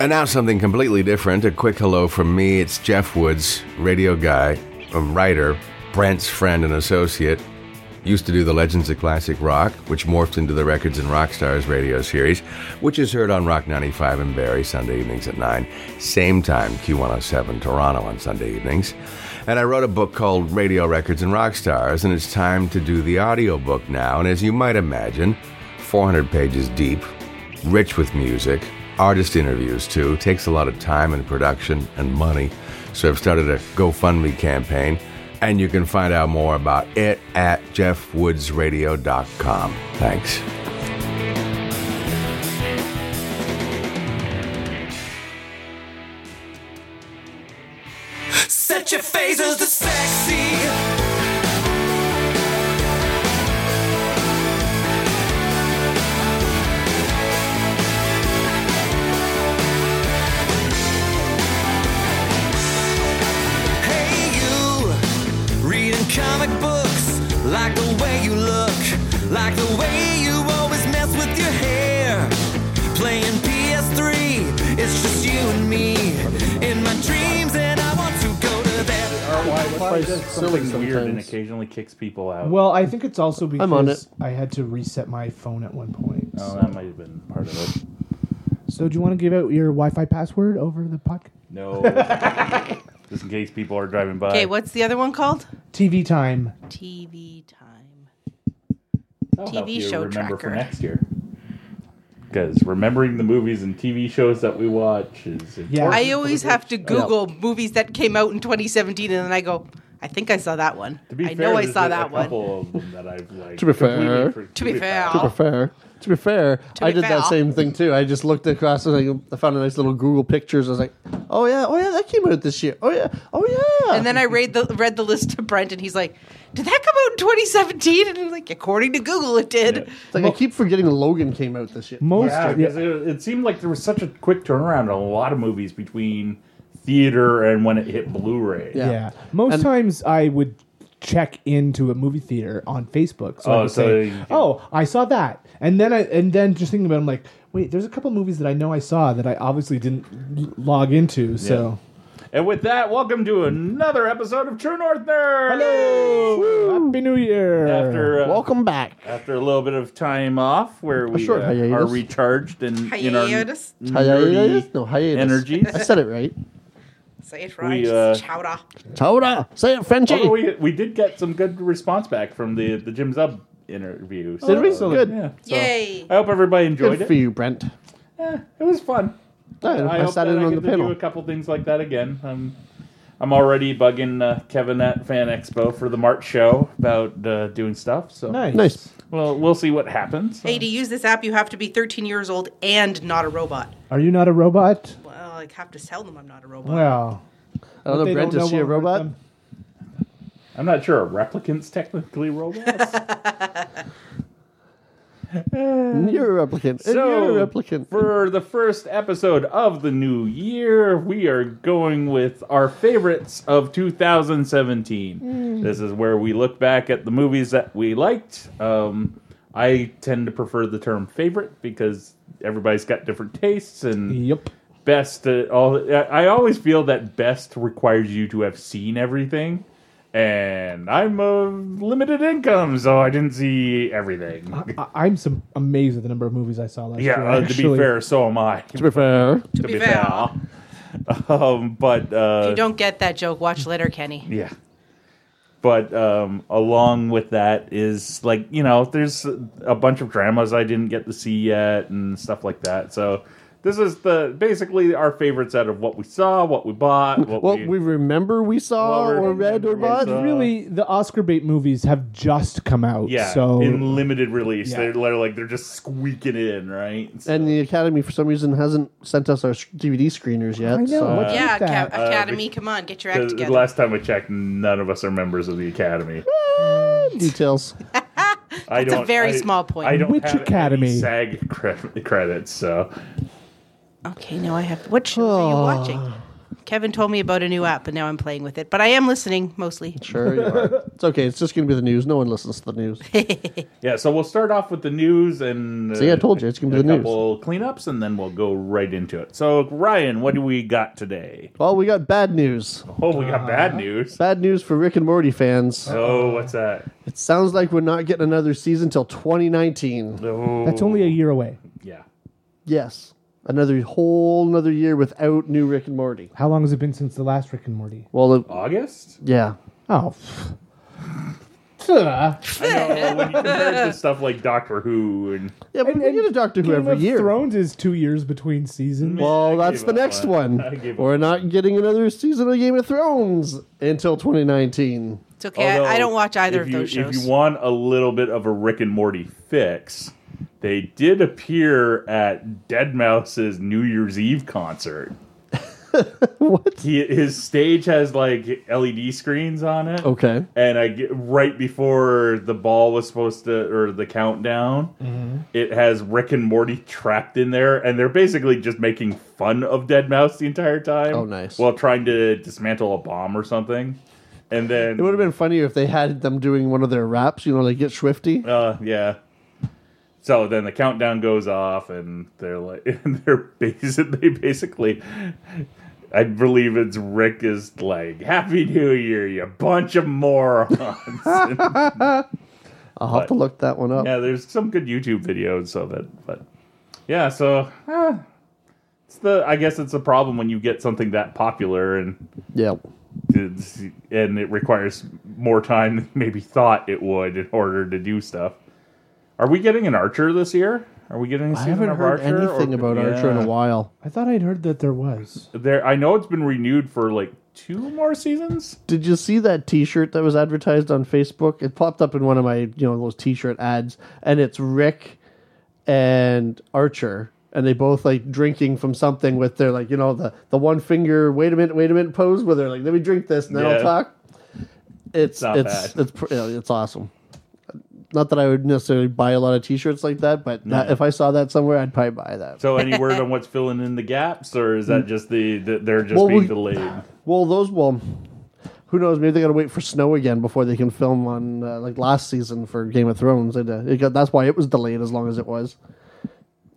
And now something completely different. A quick hello from me. It's Jeff Woods, radio guy, a writer, Brent's friend and associate. Used to do the Legends of Classic Rock, which morphed into the Records and Rock Stars radio series, which is heard on Rock 95 and Barry Sunday evenings at 9, same time Q107 Toronto on Sunday evenings. And I wrote a book called Radio Records and Rock Stars, and it's time to do the audiobook now. And as you might imagine, 400 pages deep, rich with music, artist interviews too. Takes a lot of time and production and money. So I've started a GoFundMe campaign, and you can find out more about it at jeffwoodsradio.com. Thanks. Set your phasers to sexy. Hey, you reading comic books. Like the way you look, like the way you always mess with your hair. Playing PS3, it's just you and me in my dreams, and I want to go to that. Wi-Fi does silly something weird and sometimes. occasionally kicks people out. Well, I think it's also because I'm on it. I had to reset my phone at one point. Oh, so. that might have been part of it. So do you want to give out your Wi-Fi password over the podcast? No. Just in case people are driving by. Okay, what's the other one called? TV time. TV time. That'll help TV you show remember for tracker. next year. Because remembering the movies and TV shows that we watch is important. I always have to Google movies that came out in 2017, and then I go, I think I saw that one. To be I fair, know I there's saw a- a that one. couple of them that I've like. To be completely fair. for- To be fair. To be fair. To be fair, I be did that fair. same thing too. I just looked across and I- I found a nice little Google Pictures. I was like, oh yeah, oh yeah, that came out this year. Oh yeah, oh yeah. And then I read the read the list to Brent, and he's like, "Did that come out in 2017?" And I'm like, "According to Google, it did." Yeah. It's like I keep forgetting Logan came out this year. Most Yeah, because it, it seemed like there was such a quick turnaround in a lot of movies between theater and when it hit Blu-ray. Yeah. yeah. Most And- times I would check into a movie theater on Facebook. So Oh, I would so say, you can- "Oh, I saw that," and then I and then just thinking about, it, I'm like, "Wait, there's a couple movies that I know I saw that I obviously didn't l- log into." So And with that, welcome to another episode of True North Nerd. Happy New Year! After uh, Welcome back. after a little bit of time off, where we short uh, hiatus. are recharged and in our Hiatus? Hiatus? nerdy No, hiatus. energies. I said it right. Say it right, We, uh, chowder. Toda. Say it, Frenchie. Although we, we did get some good response back from the the Jim Zub interview. So, Did we? Good. Yeah. So Yay! I hope everybody enjoyed Good for it. you, Brent. Eh, it was fun. I, I, I hope sat that in I get on the to do panel. a couple things like that again. I'm, I'm already bugging uh, Kevin at Fan Expo for the March show about uh, doing stuff. So nice, Nice. Well, we'll see what happens. Hey, to use this app, you have to be 13 years old and not a robot. Are you not a robot? Well, I have to tell them I'm not a robot. Well, Another they Brent don't is know she a what robot? them- I'm not sure. Are replicants technically robots? You're a replicant. and you're a replicant. for the first episode of the new year, we are going with our favorites of 2017. Hmm. This is where we look back at the movies that we liked. Um, I tend to prefer the term favorite because everybody's got different tastes and Yep. best uh, all I I always feel that best requires you to have seen everything and I'm of limited income so I didn't see everything. I, I'm some amazed at the number of movies I saw last yeah, year. uh, to be Uh, actually. fair, so am I. to be fair. To be fair. Um but If uh you don't get that joke, watch later, Kenny. yeah. But um along with that is like, you know, there's a bunch of dramas I didn't get to see yet and stuff like that. So this is the basically our favorites out of what we saw, what we bought, what What we, we remember we saw Well, we or read or remember we bought. saw. Uh, really, the Oscar bait movies have just come out. Yeah, so in limited release, Yeah. they're, they're like they're just squeaking in, right? So, And the Academy, for some reason, hasn't sent us our s- DVD screeners yet. I know, So. what's- Yeah, Who's that? Ca- Academy, come on, get your Uh, the- act the together. last time I checked, none of us are members of the Academy. Details. I That's a don't, very I- small point. I don't Which have any Academy? SAG cre- credits, so Okay, now I have. What shows are you watching? Kevin told me about a new app, and now I'm playing with it. But I am listening mostly. Sure you are. It's okay. It's just going to be the news. No one listens to the news. Yeah, so we'll start off with the news and. See, I told you, it's gonna be a the news. couple cleanups, and then we'll go right into it. So, Ryan, what do we got today? well, we got bad news. Oh, we got bad Uh-huh. news. Bad news for Rick and Morty fans. Oh, what's that? It sounds like we're not getting another season till 2019. Oh, That's only a year away. yeah. Yes. Another whole another year without new Rick and Morty. How long has it been since the last Rick and Morty? Well, it- August? yeah. Oh. and, Well, when you compare it to stuff like Doctor Who and Yeah, but we get a Doctor Who Game every of year. Thrones is two years between seasons. Well, I that's gave the up next on- one. I gave We're up. not getting another season of Game of Thrones until 2019. It's okay. I, I although, don't watch either if of you- those shows. If you want a little bit of a Rick and Morty fix, they did appear at Dead Mouse's New Year's Eve concert. What? He, his stage has like LED screens on it. Okay. and I get right before the ball was supposed to or the countdown, Mm-hmm. it has Rick and Morty trapped in there, and they're basically just making fun of Dead Mouse the entire time. Oh, nice. While trying to dismantle a bomb or something, and then It would have been funnier if they had them doing one of their raps, you know, like Get Swifty. uh, yeah. So then the countdown goes off, and they're like, and they're basic, they basically, I believe it's Rick is like, "Happy New Year, you bunch of morons." I'll have to look that one up. yeah, there's some good YouTube videos of it, but yeah, so eh, it's the I guess it's a problem when you get something that popular and Yeah. it's- and it requires more time than maybe thought it would in order to do stuff. Are we getting an Archer this year? Are we getting a I season haven't of heard Archer? or- anything about Archer in Yeah. a while. I thought I'd heard that there was. There, I know it's been renewed for like two more seasons. Did you see that T-shirt that was advertised on Facebook? It popped up in one of my, you know, those T-shirt ads, and it's Rick and Archer, and they both like drinking from something with their like, you know, the the one finger, wait a minute, wait a minute pose, where they're like, let me drink this, and then Yeah. I'll talk. It's not it's bad. it's pr- yeah, it's awesome. Not that I would necessarily buy a lot of T-shirts like that, but that, if I saw that somewhere, I'd probably buy that. So, any word on what's filling in the gaps, or is that just the, the they're just Mm. Well, being we- delayed? Well, those well, who knows? Maybe they got to wait for snow again before they can film on uh, like last season for Game of Thrones. And uh, it got, that's why it was delayed as long as it was.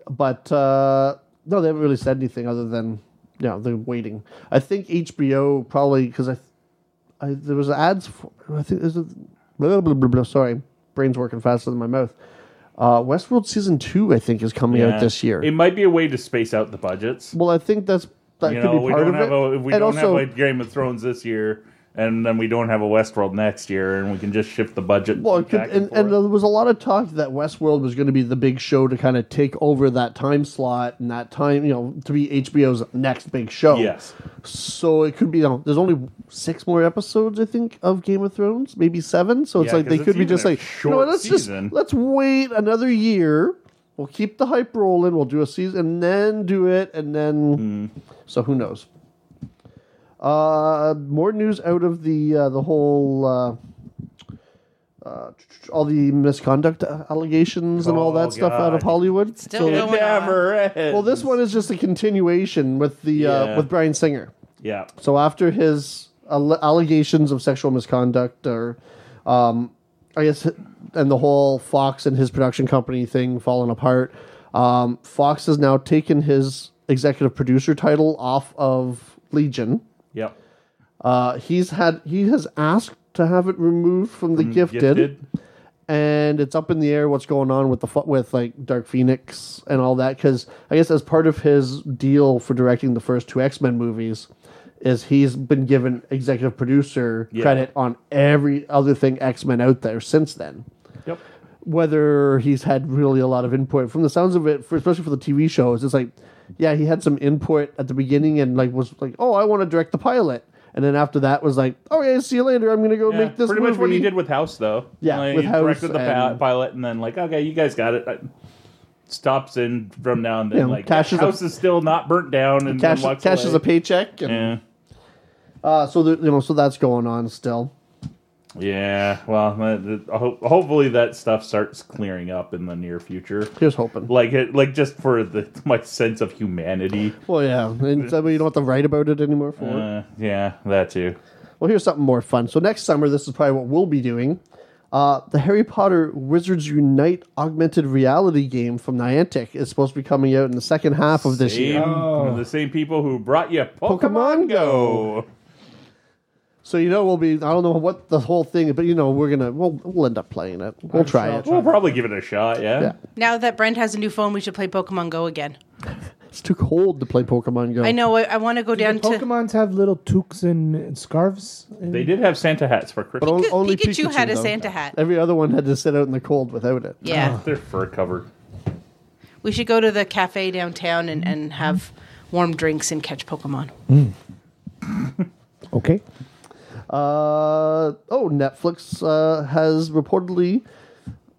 But uh, no, they haven't really said anything other than you know they're waiting. I think HBO probably because I, I there was ads. For, I think there's a blah, blah, blah, blah, sorry, brain's working faster than my mouth. Uh, Westworld season two, I think, is coming Yeah. out this year. It might be a way to space out the budgets. well, I think that's that you could know, be we part don't of have it. a if we And don't also- have a Game of Thrones this year, and then we don't have a Westworld next year, and we can just shift the budget. Well, it could, back and, forth. and there was a lot of talk that Westworld was going to be the big show to kind of take over that time slot and that time, you know, to be HBO's next big show. yes, So it could be, you know, there's only six more episodes, I think, of Game of Thrones, maybe seven. So it's Yeah, like they 'cause could it's be even just a like, you know, short what, let's season. just let's wait another year. We'll keep the hype rolling. We'll do a season and then do it, and then Hmm. so who knows? Uh, more news out of the uh, the whole. Uh, uh, all the misconduct allegations and all Oh, that stuff out of God. Hollywood. Still it going on. never ends. Well, this one is just a continuation with the Yeah. uh, with Brian Singer. yeah, So after his alle- allegations of sexual misconduct, or um, I guess, and the whole Fox and his production company thing falling apart, um, Fox has now taken his executive producer title off of Legion. yep. Uh, he's had he has asked to have it removed from the gifted, Gifted. and it's up in the air what's going on with the fu- with like Dark Phoenix and all that because I guess as part of his deal for directing the first two X Men movies, is he's been given executive producer Yeah. credit on every other thing X Men out there since then. Yep. Whether he's had really a lot of input from the sounds of it, for, especially for the TV shows, it's like, yeah, he had some input at the beginning and like was like, oh, I want to direct the pilot. And then after that was like, okay, see you later. I'm gonna go Yeah, make this pretty movie. much what he did with House, though. Yeah, Like, with he House directed the pi- and- pilot, and then like, okay, you guys got it. I- stops in from now and then. Yeah, like, cashes a- House is still not burnt down, and cash, then walks cash is away. a paycheck. And, Yeah. Uh, so there, you know, so that's going on still. Yeah, well, uh, that- that- ho- hopefully that stuff starts clearing up in the near future. Here's hoping. Like it, like just for the my sense of humanity. Well, yeah, and that way you don't have to write about it anymore for it. Uh, yeah, that too. Well, here's something more fun. So next summer, this is probably what we'll be doing. Uh, the Harry Potter Wizards Unite augmented reality game from Niantic is supposed to be coming out in the second half of this Same, year. Oh. The same people who brought you Pokemon, Pokemon Go. So you know we'll be I don't know what the whole thing, but you know we're gonna we'll, we'll end up playing it. We'll try sure I'll it. try We'll probably give it a shot. Yeah. Yeah. Now that Brent has a new phone, we should play Pokemon Go again. It's too cold to play Pokemon Go. I know. I, I want to go Do down the to. Pokemon's have little toques and, and scarves. They did have Santa hats for Christmas. But on- only Pikachu, had a though. Santa hat. Every other one had to sit out in the cold without it. Yeah, They're fur covered. we should go to the cafe downtown and, and have warm drinks and catch Pokemon. Okay. Uh, oh, Netflix uh, has reportedly.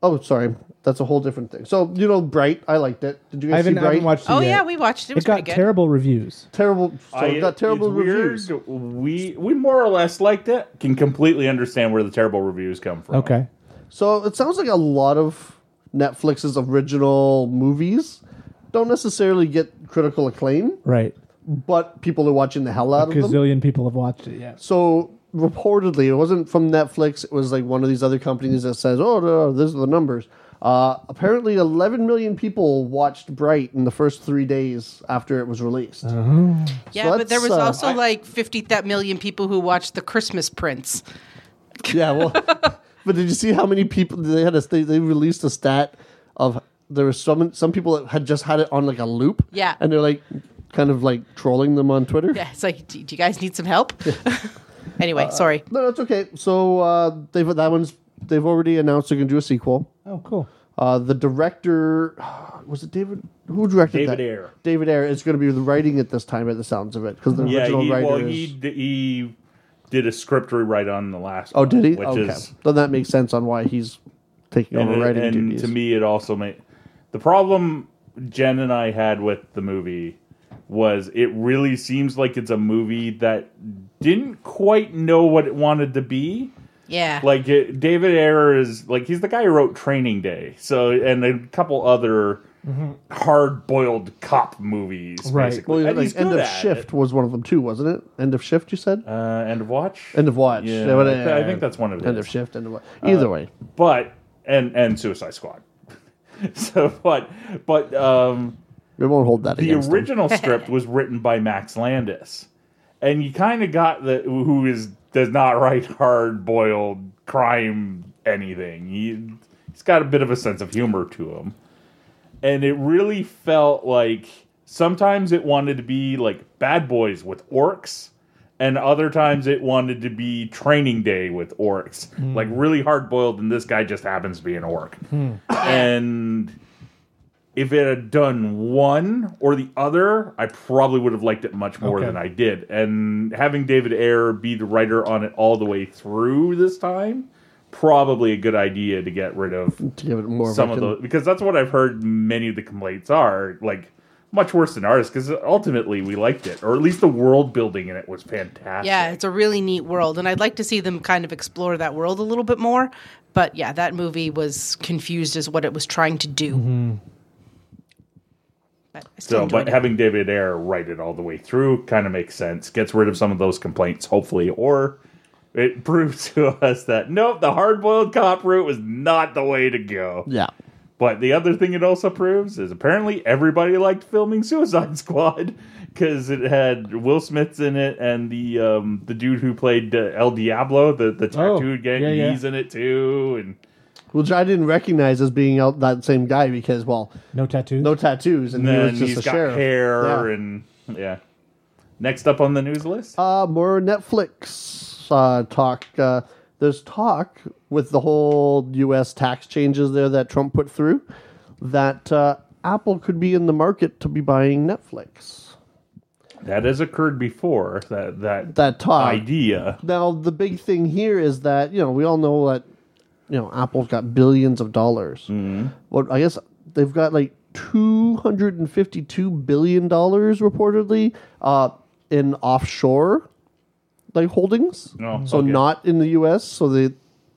Oh, sorry, that's a whole different thing. So you know, Bright. I liked it. Did you I guys see haven't, I Bright? haven't watched it Oh yet. yeah, we watched it. It was It got pretty good. terrible reviews. terrible. So I- it got terrible it's reviews. Weird. We we more or less liked it. Can completely understand where the terrible reviews come from. Okay. So it sounds like a lot of Netflix's original movies don't necessarily get critical acclaim, Right. but people are watching the hell out of them. gazillion people have watched it. Yes. So reportedly, it wasn't from Netflix. It was like one of these other companies that says, "Oh, no, no, these are the numbers." Uh, apparently, 11 million people watched Bright in the first three days after it was released. Yeah, So but there was that's, uh, also like fifty that million people who watched the Christmas Prince. Yeah, well, but did you see how many people they had? A, they, they released a stat of there were some some people that had just had it on like a loop. Yeah. and they're like kind of like trolling them on Twitter. Yeah, it's like, do, do you guys need some help? anyway, Uh, sorry. No, that's okay. So uh, they've that one's they've already announced they're gonna do a sequel. Oh, cool. Uh, the director was it David? Who directed David that? Ayer. David Ayer is going to be the writing at this time, at the sounds of it, because the Yeah. original He, writer well, is. he d- he did a script rewrite on the last. oh, one, did he? Which okay, is then that makes sense on why he's taking and, over writing and duties. to me, it also made the problem Jen and I had with the movie was it really seems like it's a movie that didn't quite know what it wanted to be. Yeah, like it, David Ayer is like he's the guy who wrote Training Day, so and a couple other hard-boiled cop movies, Right. well, Basically. yeah, And like he's End good of at Shift it. was one of them too, wasn't it? End of Shift, you said. uh, End of Watch, End of Watch. yeah, Yeah, what- I, th- I think that's one of Uh, End his. of Shift. End of Watch. Either way, But and and Suicide Squad. so, but but um, we won't hold that the against them. original script was written by Max Landis, and you kind of got the who is does not write hard-boiled crime anything. He, he's got a bit of a sense of humor to him, and it really felt like sometimes it wanted to be like Bad Boys with orcs. And other times it wanted to be training day with orcs, like really hard boiled, and this guy just happens to be an orc. And if it had done one or the other, I probably would have liked it much more Okay. than I did. And having David Ayer be the writer on it all the way through this time, probably a good idea to get rid of to give it more some a of con- those because that's what I've heard. Many of the complaints are like much worse than ours because ultimately we liked it, or at least the world building in it was fantastic. yeah, it's a really neat world, and I'd like to see them kind of explore that world a little bit more. But yeah, that movie was confused as what it was trying to do. Mm-hmm. But I still So, enjoyed but it. having David Ayer write it all the way through kind of makes sense. Gets rid of some of those complaints, hopefully, or it proves to us that nope, the hard-boiled cop route was not the way to go. Yeah. But the other thing it also proves is apparently everybody liked filming Suicide Squad because it had Will Smith's in it and the um, the dude who played uh, El Diablo, the the Oh, tattooed gang, yeah, yeah. he's in it too. And Which I didn't recognize as being out that same guy because, well, No tattoos. no tattoos, and, he then was just he's a got sheriff. hair Yeah. and yeah. Next up on the news list, Uh, more Netflix uh, talk. Uh, there's talk with the whole U.S. tax changes there that Trump put through that uh, Apple could be in the market to be buying Netflix. that has occurred before. That that, That uh, talk. idea, Now the big thing here is that you know we all know that you know Apple's got billions of dollars. Mm-hmm. Well, I guess they've got like two hundred and fifty-two billion dollars reportedly uh, in offshore like holdings. Oh, so okay. not in the U.S. So they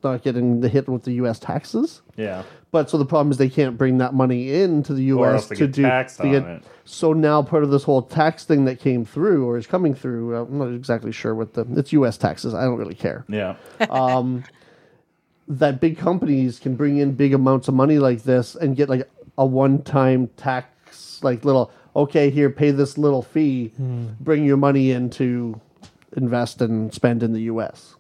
not getting the hit with the U.S. taxes. Yeah. But so the problem is they can't bring that money into the Or U.S. else they to get do taxed to on get- it. So now part of this whole tax thing that came through or is coming through, I'm not exactly sure what the it's U.S. taxes. I don't really care Yeah. that big companies can bring in big amounts of money like this and get like a one-time tax, like little okay here, pay this little fee, Hmm. bring your money in to invest and spend in the U.S.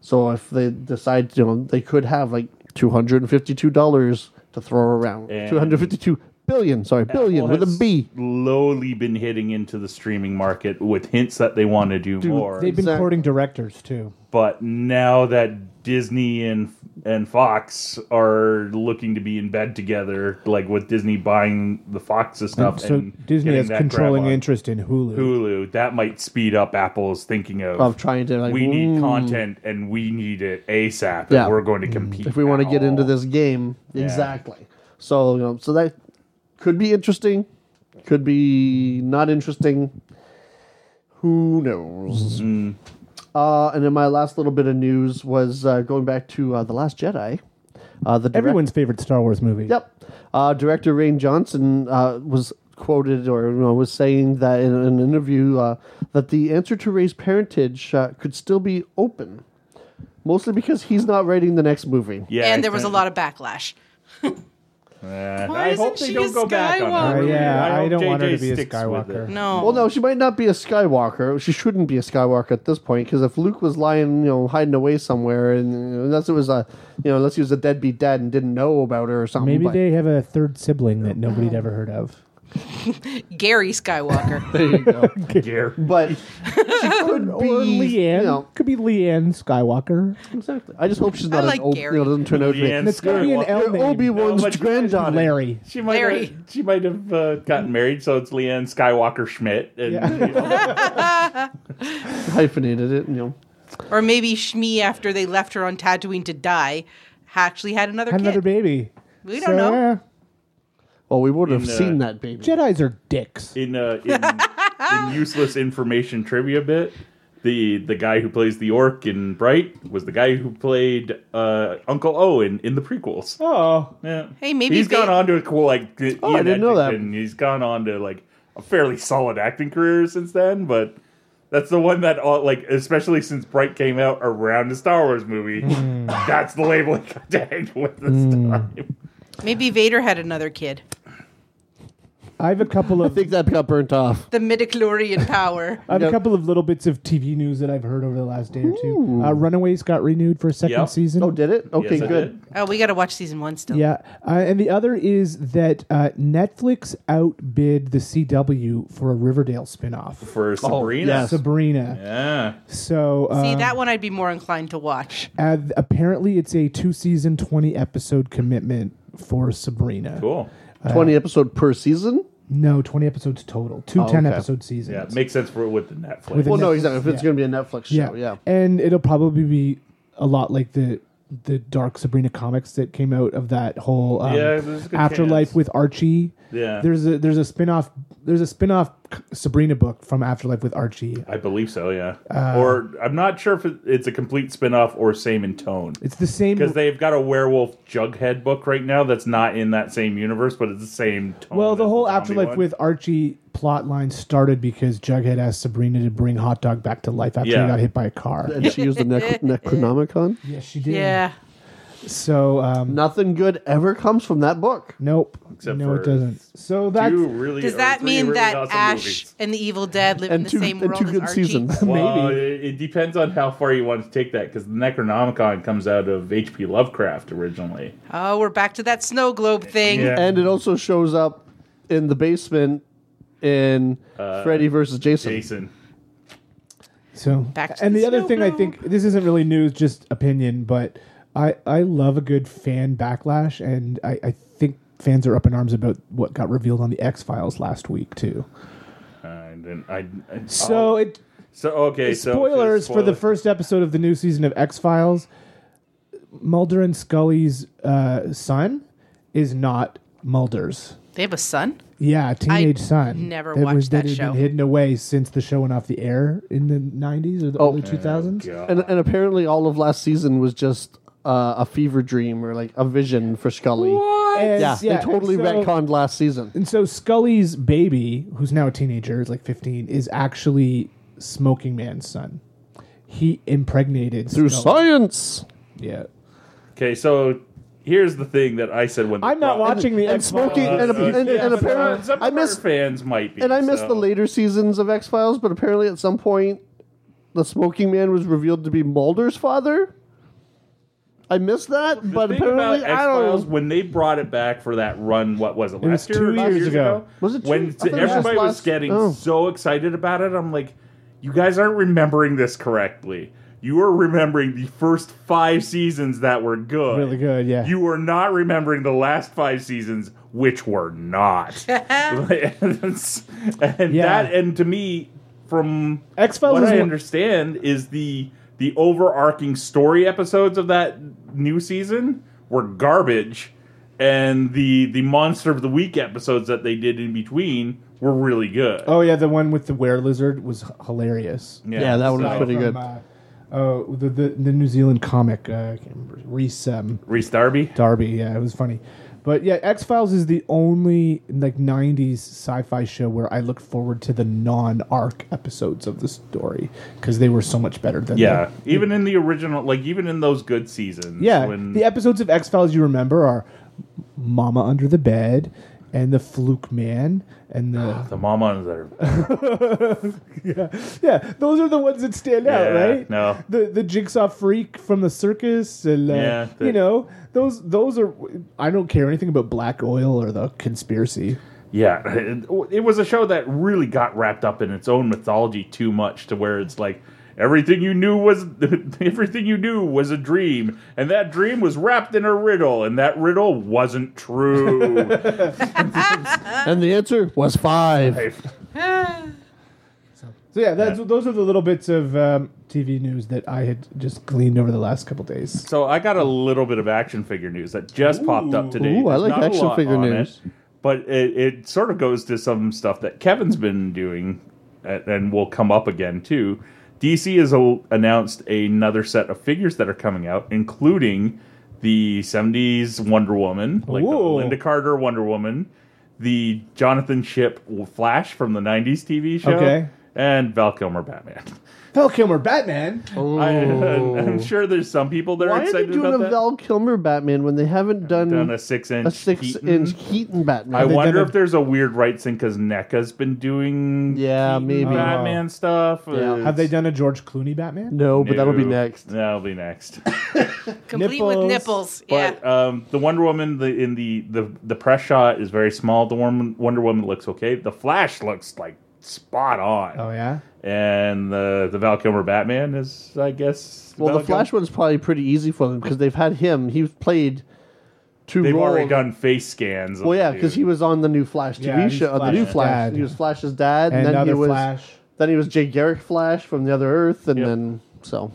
So if they decide, you know, they could have like two hundred and fifty-two dollars to throw around, And- two hundred fifty-two billion, sorry, billion Apple with a has B. Slowly been hitting into the streaming market with hints that they want to do more. They've been Exact- courting directors too. but now that Disney and and Fox are looking to be in bed together, like with Disney buying the Fox stuff, So and Disney getting has that grab controlling on interest in Hulu. Hulu, that might speed up Apple's thinking of. Of trying to like, we need mm, content and we need it ASAP. If Yeah. we're going to compete. if we want to at get into all. this game. Exactly. So you know, so that could be interesting, could be not interesting. Who knows? Uh, and then my last little bit of news was uh, going back to uh, the Last Jedi. Uh, the direct- Everyone's favorite Star Wars movie. Yep. Uh, director Rain Johnson uh, was quoted or you know, was saying that in an interview uh, that the answer to Ray's parentage uh, could still be open, mostly because he's not writing the next movie. Yeah, and there was a lot of backlash. Why Uh, I hope isn't they she don't a go back on it. Uh, Skywalker? yeah, I I, hope don't want her JJ to be a sticks with Skywalker. it. No. Well, no, she might not be a Skywalker. She shouldn't be a Skywalker at this point because if Luke was lying, you know, hiding away somewhere, and you know, unless it was a, you know, unless he was a deadbeat dad and didn't know about her or something. Maybe but- they have a third sibling that nobody'd ever heard of. Gary Skywalker. There you go. Gary. but she could be, Or Leanne. you know, Could be Leanne Skywalker. exactly. I just hope she's not I like an old, you Gary. know, doesn't turn out to be. Leanne It's gotta be an Skywalker. L You're name. Obi Wan's No, but- granddaughter. Larry. She might Larry. have, she might have uh, gotten married, so it's Leanne Skywalker Schmidt. And, you know, hyphenated it. You know, or maybe Shmi, after they left her on Tatooine to die, actually had another Had kid. another baby. We don't know. eh, well, we would have In, uh, seen that baby. Jedi's are dicks. in, uh, in, in useless information trivia bit, the the guy who plays the orc in Bright was the guy who played uh, Uncle Owen in the prequels. Oh, Yeah. Hey, maybe he's they- gone on to a cool like. Oh, I didn't know that. He's gone on to like a fairly solid acting career since then, but. That's the one that, all, like, especially since Bright came out around the Star Wars movie, Hmm. that's the label he got tagged with this time. Maybe Vader had another kid. I have a couple of I think that got burnt off. The midichlorian power. I have Yep. a couple of little bits of TV news that I've heard over the last day or two. Uh, Runaways got renewed for a second Yep. season. Oh, did it? Okay, Yes, I good. did. Oh, we got to watch season one still. Yeah, uh, and the other is that uh, Netflix outbid the CW for a Riverdale spinoff, for Sabrina. Oh, yes. Sabrina. Yeah. So uh, See, that one I'd be more inclined to watch. uh, apparently it's a two-season, twenty-episode commitment for Sabrina. Cool. Uh, Twenty episode per season. No, twenty episodes total, Two Oh, okay. ten-episode seasons. Yeah, it makes sense for with the Netflix. With a Well, no, Netflix- exactly. If it's yeah. going to be a Netflix show, yeah. And it'll probably be a lot like the the Dark Sabrina comics that came out of that whole um, Yeah, there's a good Afterlife chance. with Archie. Yeah. There's a there's a spin-off there's a spin-off Sabrina book from Afterlife with Archie. I believe so, yeah. Uh, or I'm not sure if it- it's a complete spin-off or same in tone. It's the same Because they've got a werewolf Jughead book right now that's not in that same universe, but it's the same tone. Well, the as whole zombie Afterlife one. with Archie plot line started because Jughead asked Sabrina to bring Hot Dog back to life after Yeah. he got hit by a car. And she used the nec- Necronomicon. Yes, she did. Yeah. So, um, Nothing good ever comes from that book. nope. Except no, for it doesn't. So that's two really Does or that three mean really that awesome Ash movies. and the Evil Dead live in And the two same and world two as good Archie? seasons. Well, maybe. it, it depends on how far you want to take that, because the Necronomicon comes out of H.P. Lovecraft originally. Oh, we're back to that snow globe thing. Yeah. And it also shows up in the basement in Freddy versus Jason. Uh, Jason. So, Back to and the the other snow thing I globe. think this isn't really news, just opinion, but I I love a good fan backlash, and I I think fans are up in arms about what got revealed on the X Files last week too. And then I, I- So oh, it so okay. so- spoilers for the spoiler- first episode of the new season of X Files. Mulder and Scully's uh, son is not Mulder's. They have a son? Yeah, teenage son. never that was watched that had show. Been hidden away since the show went off the air in the '90s or the early 2000s. Oh, God. And, and apparently, all of last season was just uh, a fever dream or like a vision for Scully. And, Yeah, they totally and so- retconned last season. And so Scully's baby, who's now a teenager, is like 15, is actually Smoking Man's son. He impregnated Through Scully. science. Yeah. Okay, so here's the thing that I said when I'm not watching the and X-Files. Smoking- and a- and- and apparently- some I of our missed- fans might be, And I missed so- the later seasons of X Files, but apparently at some point, the Smoking Man was revealed to be Mulder's father. I missed that, The but thing apparently about I don't. X-Files, when they brought it back for that run, what was it? was Last year, two or five years years ago. Was it two? I When thought it was everybody last- was, getting oh. so excited about it, I'm like, you guys aren't remembering this correctly. You are remembering the first five seasons that were good, Really good, yeah. You are not remembering the last five seasons, which were not. and Yeah. that, and to me, from X-Files what is I one- understand is the the overarching story episodes of that new season were garbage, and the the monster of the week episodes that they did in between were really good. Oh, yeah, the one with the were-lizard was h- hilarious. Yeah, that one was so- pretty good. From, uh, oh, the, the, the New Zealand comic, uh, I can't remember, Reese um, Reese Darby. Darby. Yeah, it was funny. But yeah, X Files is the only like '90s sci-fi show where I look forward to the non-arc episodes of the story because they were so much better than Yeah, the- even in the original, like even in those good seasons. yeah. when The episodes of X Files you remember are Mama Under the Bed and the Fluke Man and the the mom on there. yeah. Those are the ones that stand out, Yeah, right? no. the the Jigsaw Freak from the circus and uh, Yeah, the- you know those those are I don't care anything about Black Oil or the conspiracy. Yeah, it, it was a show that really got wrapped up in its own mythology too much to where it's like everything you knew was everything you knew was a dream and that dream was wrapped in a riddle and that riddle wasn't true. And the answer was five. So yeah, that's those are the little bits of um, TV news that I had just gleaned over the last couple days. So I got a little bit of action figure news that just popped up today. Hmm. Ooh, I There's like not a action lot figure on it, news. but it, it sort of goes to some stuff that Kevin's been doing, a- and will come up again too. DC has a, announced another set of figures that are coming out, including the '70s Wonder Woman, like the Ooh. Linda Carter Wonder Woman, the Jonathan Ship Flash from the '90s TV show, Okay. and Val Kilmer Batman. Val Kilmer, Batman. Oh. I, am sure there's some people that are Why are they excited doing about a that. Val Kilmer Batman when they haven't done, done Mm. a, a six inch, six inch Keaton I Batman? They've wonder done a- if there's a weird rights thing because NECA's been doing Yeah, Keaton maybe. Uh-huh. Batman stuff. Yeah. Have they done a George Clooney Batman? no, but that'll be next. That'll be next. Complete with nipples. Yeah. But um, the Wonder Woman the, in the, the the press shot is very small. The Wonder Wonder Woman looks okay. The Flash looks like spot on, Oh yeah. and the the Val Kilmer Batman is, I guess. Well, Val the Flash Kilmer- one's probably pretty easy for them because they've had him. He's played 2 They've roles. already done face scans. of Well, yeah, the because he dude. was on the new Flash TV Yeah, he's show, on the new Flash's Flash. dad. He was Flash's dad, and, And then he other was Flash. then he was Jay Garrick Flash from the other Earth, and Yep. then so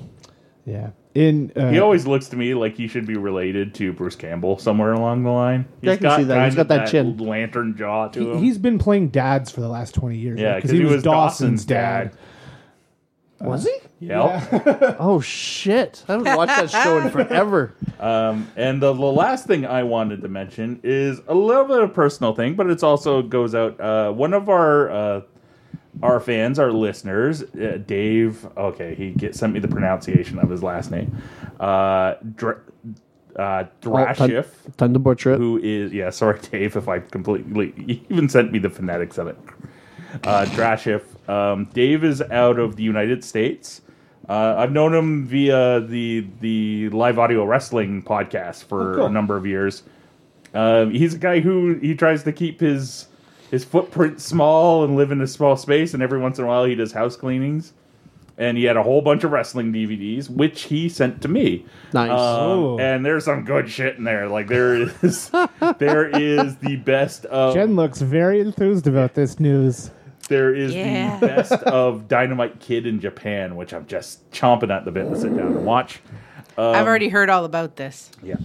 Yeah. In uh, He always looks to me like he should be related to Bruce Campbell somewhere along the line. Yeah, I can see that. kind He's got of that chin. lantern jaw to him. he, has been playing dads for the last twenty years. Yeah, right? because he, was Dawson's, dad. was he? Uh, Yeah. Oh shit! I haven't watched that show in forever. Um, and the, the last thing I wanted to mention is a little bit of a personal thing, but it's also goes out. Uh, one of our uh, our fans, our listeners, uh, Dave. Okay, he get, sent me the pronunciation of his last name, uh, Dr- Oh, uh, Drashif. Time to butcher it. who is yeah sorry dave if i completely he even sent me the phonetics of it uh drashif um dave is out of the united states uh, i've known him via the the live audio wrestling podcast for Oh, cool. a number of years uh, he's a guy who he tries to keep his his footprint small and live in a small space and every once in a while he does house cleanings and he had a whole bunch of wrestling DVDs, which he sent to me. Nice. Oh. Um, Ooh. and there's some good shit in there. Like there is, there is the best of Jen looks very enthused about this news. there is Yeah. the best of Dynamite Kid in Japan, which I'm just chomping at the bit to sit down and watch. um, I've already heard all about this. Yeah.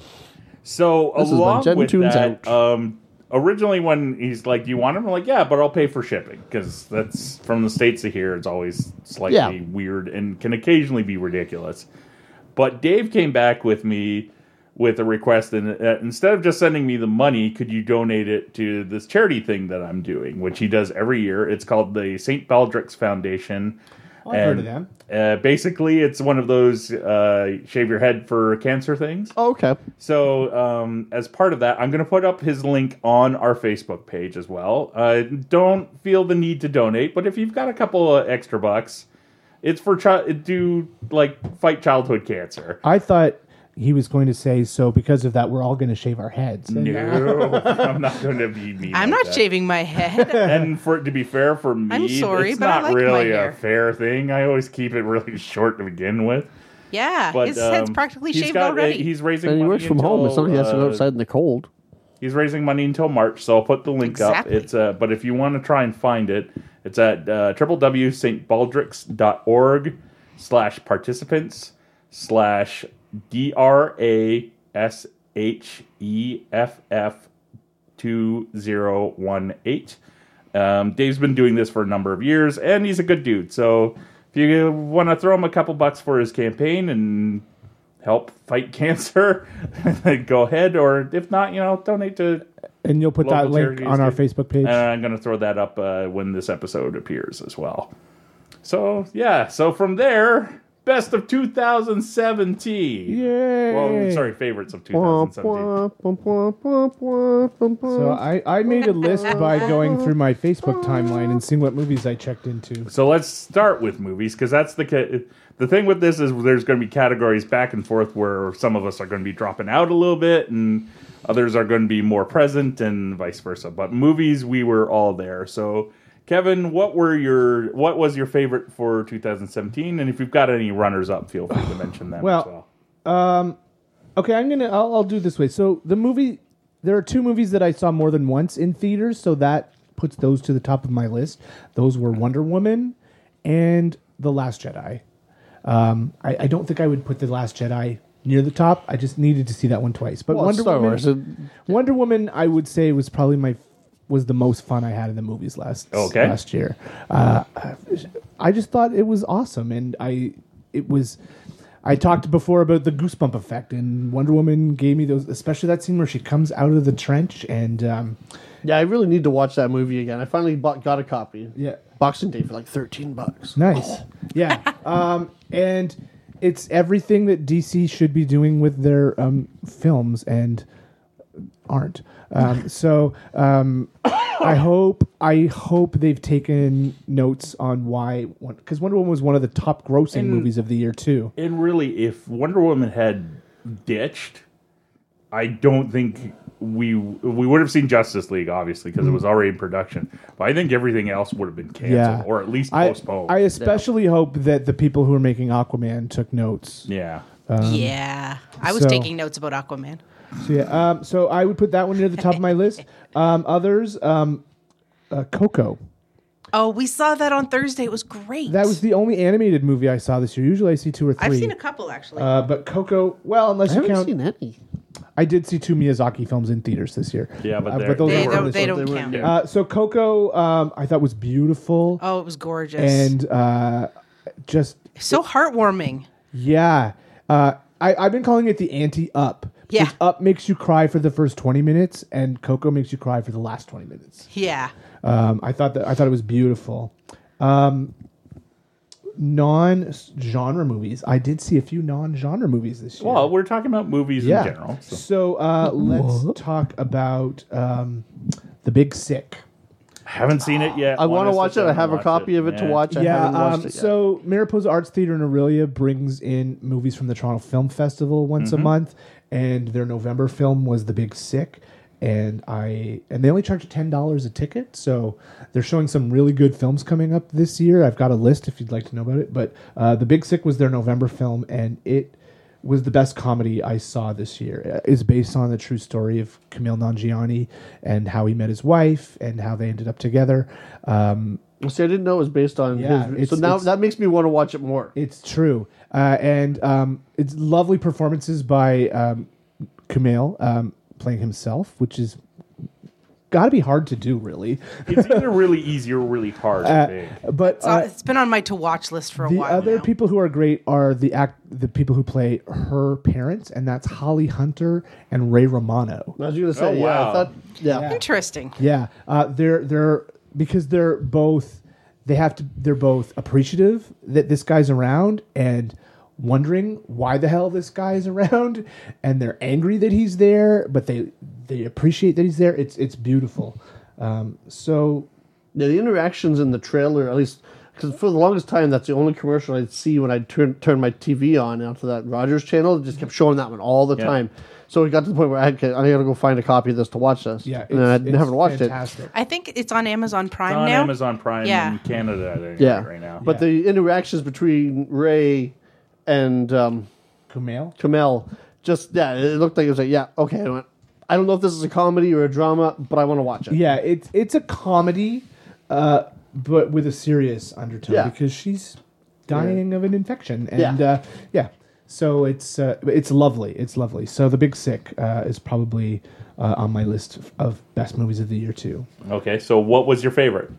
So This is when along Jen with tunes that, out. um, originally when he's like, "Do you want him?" I'm like, "Yeah, but I'll pay for shipping because that's from the states to here. It's always slightly Yeah. weird and can occasionally be ridiculous." But Dave came back with me with a request, and uh, instead of just sending me the money, could you donate it to this charity thing that I'm doing, which he does every year? It's called the St. Baldrick's Foundation. I've heard of them. Uh, basically, it's one of those uh, shave your head for cancer things. Oh, okay. So, um, as part of that, I'm going to put up his link on our Facebook page as well. Uh, don't feel the need to donate, but if you've got a couple of extra bucks, it's for chi- to like fight childhood cancer. I thought he was going to say, so because of that, we're all going to shave our heads. And No, I'm not going to be mean. I'm like not that. shaving my head. And for it to be fair for me, sorry, it's but I not like my really a hair. fair thing. I always keep it really short to begin with. yeah, But his head's um, practically he's shaved got a- already. he's raising. And he money works from home. It's until, not like he has to go uh, outside in the cold. He's raising money until March, so I'll put the link Exactly. up. It's uh, but if you want to try and find it, it's at uh, www.stbaldricks.org slash participants slash d r a s h e f f two zero one eight. Um, Dave's been doing this for a number of years, and he's a good dude. So if you want to throw him a couple bucks for his campaign and help fight cancer, go ahead. Or if not, you know, donate to. and you'll put Local uh, that link charities on our do. Facebook page. And I'm going to throw that up uh, when this episode appears as well. So yeah, so from there, best of 2017. Yay. Well, sorry, favorites of Wah, 2017. wah, wah, wah, wah, wah, wah, wah. So I, I made a list by going through my Facebook timeline and seeing what movies I checked into. So let's start with movies because that's the ca- the thing with this is there's going to be categories back and forth where some of us are going to be dropping out a little bit and others are going to be more present and vice versa. But movies, we were all there. So Kevin, what were your what was your favorite for 2017? And if you've got any runners up, feel free to mention them Well, as well. Okay, I'm gonna. I'll, I'll do it this way. So the movie, there are two movies that I saw more than once in theaters, so that puts those to the top of my list. Those were Wonder Woman and The Last Jedi. Um, I, I don't think I would put The Last Jedi near the top. I just needed to see that one twice. But Well, it's Wonder Star Woman, Wars. It- Mm-hmm. Wonder Woman, I would say was probably my was the most fun I had in the movies last Okay. last year. Uh, I just thought it was awesome, and I it was. I talked before about the goosebump effect, and Wonder Woman gave me those, especially that scene where she comes out of the trench and um, yeah, I really need to watch that movie again. I finally bought, got a copy. Yeah. Boxing Day for like 13 bucks. Nice. Yeah. Um, and it's everything that DC should be doing with their um, films and aren't. Um, so um, I hope I hope they've taken notes on why because Wonder Woman was one of the top grossing movies of the year too. And really, if Wonder Woman had ditched, I don't think we we would have seen Justice League, obviously, Mm. because it was already in production. But I think everything else would have been canceled Yeah. or at least I, postponed. I especially hope that the people who are making Aquaman took notes. yeah. yeah, I was so- taking notes about Aquaman. So yeah, um, so I would put that one near the top of my list. Um, others, um, uh, Coco. Oh, we saw that on Thursday. It was great. That was the only animated movie I saw this year. Usually I see two or 3 I've seen a couple actually. uh, but Coco, well, unless I you haven't count, seen any. I did see two Miyazaki films in theaters this year. Yeah, but Uh, they're- those they are don't, they they don't were- count. yeah. Uh, so Coco, um, I thought was beautiful Oh, it was gorgeous and uh, just so heartwarming. yeah. Uh, I, I've been calling it the anti Up. Yeah. because Up makes you cry for the first twenty minutes, and Coco makes you cry for the last twenty minutes. Yeah. Um, I thought that I thought it was beautiful. Um, non-genre movies. I did see a few non-genre movies this year. Well, we're talking about movies in general. So, so- uh, let's talk about um, the Big Sick. Haven't seen it yet. I want to us watch it. sit I down have and a watch copy of it to Yeah. watch. I haven't watched um, it yet. so Mariposa Arts Theater in Aurelia brings in movies from the Toronto Film Festival once Mm-hmm. a month, and their November film was The Big Sick. And I and they only charge ten dollars a ticket, so they're showing some really good films coming up this year. I've got a list if you'd like to know about it. But uh, The Big Sick was their November film, and it was the best comedy I saw this year. Uh, It's based on the true story of Camille Nangiani and how he met his wife and how they ended up together. Um, See, I didn't know it was based on. Yeah, his, it's- so now it's- that makes me want to watch it more. It's true, uh, and um, it's lovely performances by um, Kumail um, playing himself, which is got to be hard to do, really. It's either really easy or really hard. I Uh, think. but It's, on- uh, it's been on my to watch list for a the while. other now. people who are great are the act the people who play her parents, and that's Holly Hunter and Ray Romano. I was gonna say, Oh, yeah, wow. I thought, yeah, Interesting. Yeah, uh, they're they're because they're both they have to they're both appreciative that this guy's around and wondering why the hell this guy's around, and they're angry that he's there, but they they appreciate that he's there. It's it's beautiful. Um, so Yeah, the interactions in the trailer, at least, because for the longest time, that's the only commercial I'd see when I turn turn my TV on onto that Rogers channel. It just kept showing that one all the Yeah. time. So it got to the point where I had, to- I had to go find a copy of this to watch this. yeah, and I haven't watched fantastic. I think it's on Amazon Prime It's on now. Amazon Prime Yeah. in Canada, I think, it. Yeah, right now. But the interactions between Ray and um, Kumail. Kamel, just yeah, it looked like it was like yeah, okay. I, went, I don't know if this is a comedy or a drama, but I want to watch it. Yeah, it's it's a comedy, uh, but with a serious undertone Yeah. because she's dying of an infection, and Yeah. Uh, yeah, so it's uh, it's lovely, it's lovely. So the Big Sick uh, is probably uh, on my list of best movies of the year too. Okay, so what was your favorite?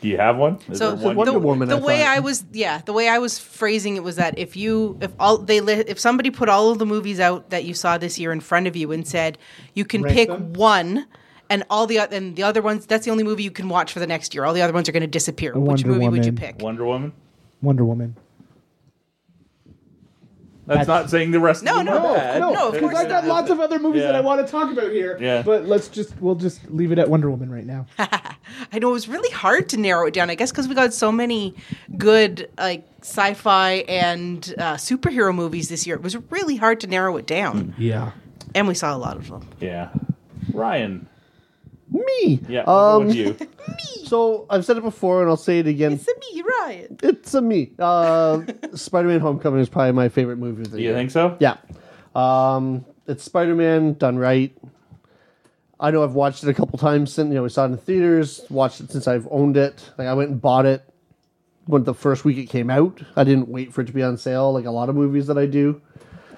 Do you have one? Is So there one? Wonder the, Woman, the I way thought. I was, yeah, the way I was phrasing it was that if you, if all they, li- if somebody put all of the movies out that you saw this year in front of you and said you can Rank pick them? one, and all the oth- and the other ones, that's the only movie you can watch for the next year. All the other ones are going to disappear. Which Wonder movie would you Woman. pick? Wonder Woman? Wonder Woman. That's, That's- not saying the rest No, of them no, are bad. no, of Oh, because course I got not. lots of other movies that Yeah. I want to talk about here. Yeah. but let's just we'll just leave it at Wonder Woman right now. I know it was really hard to narrow it down. I guess because we got so many good like sci-fi and uh, superhero movies this year, it was really hard to narrow it down. yeah. And we saw a lot of them. Yeah. Ryan. Me. Yeah, we'll go Um, with you. so I've said it before, and I'll say it again. It's a me, Ryan. It's a me. Uh, Spider-Man: Homecoming is probably my favorite movie of the Do year. you think so? Yeah. Um, it's Spider-Man done right. I know I've watched it a couple times since you know we saw it in theaters. Watched it since I've owned it. Like I went and bought it when the first week it came out. I didn't wait for it to be on sale, like a lot of movies that I do.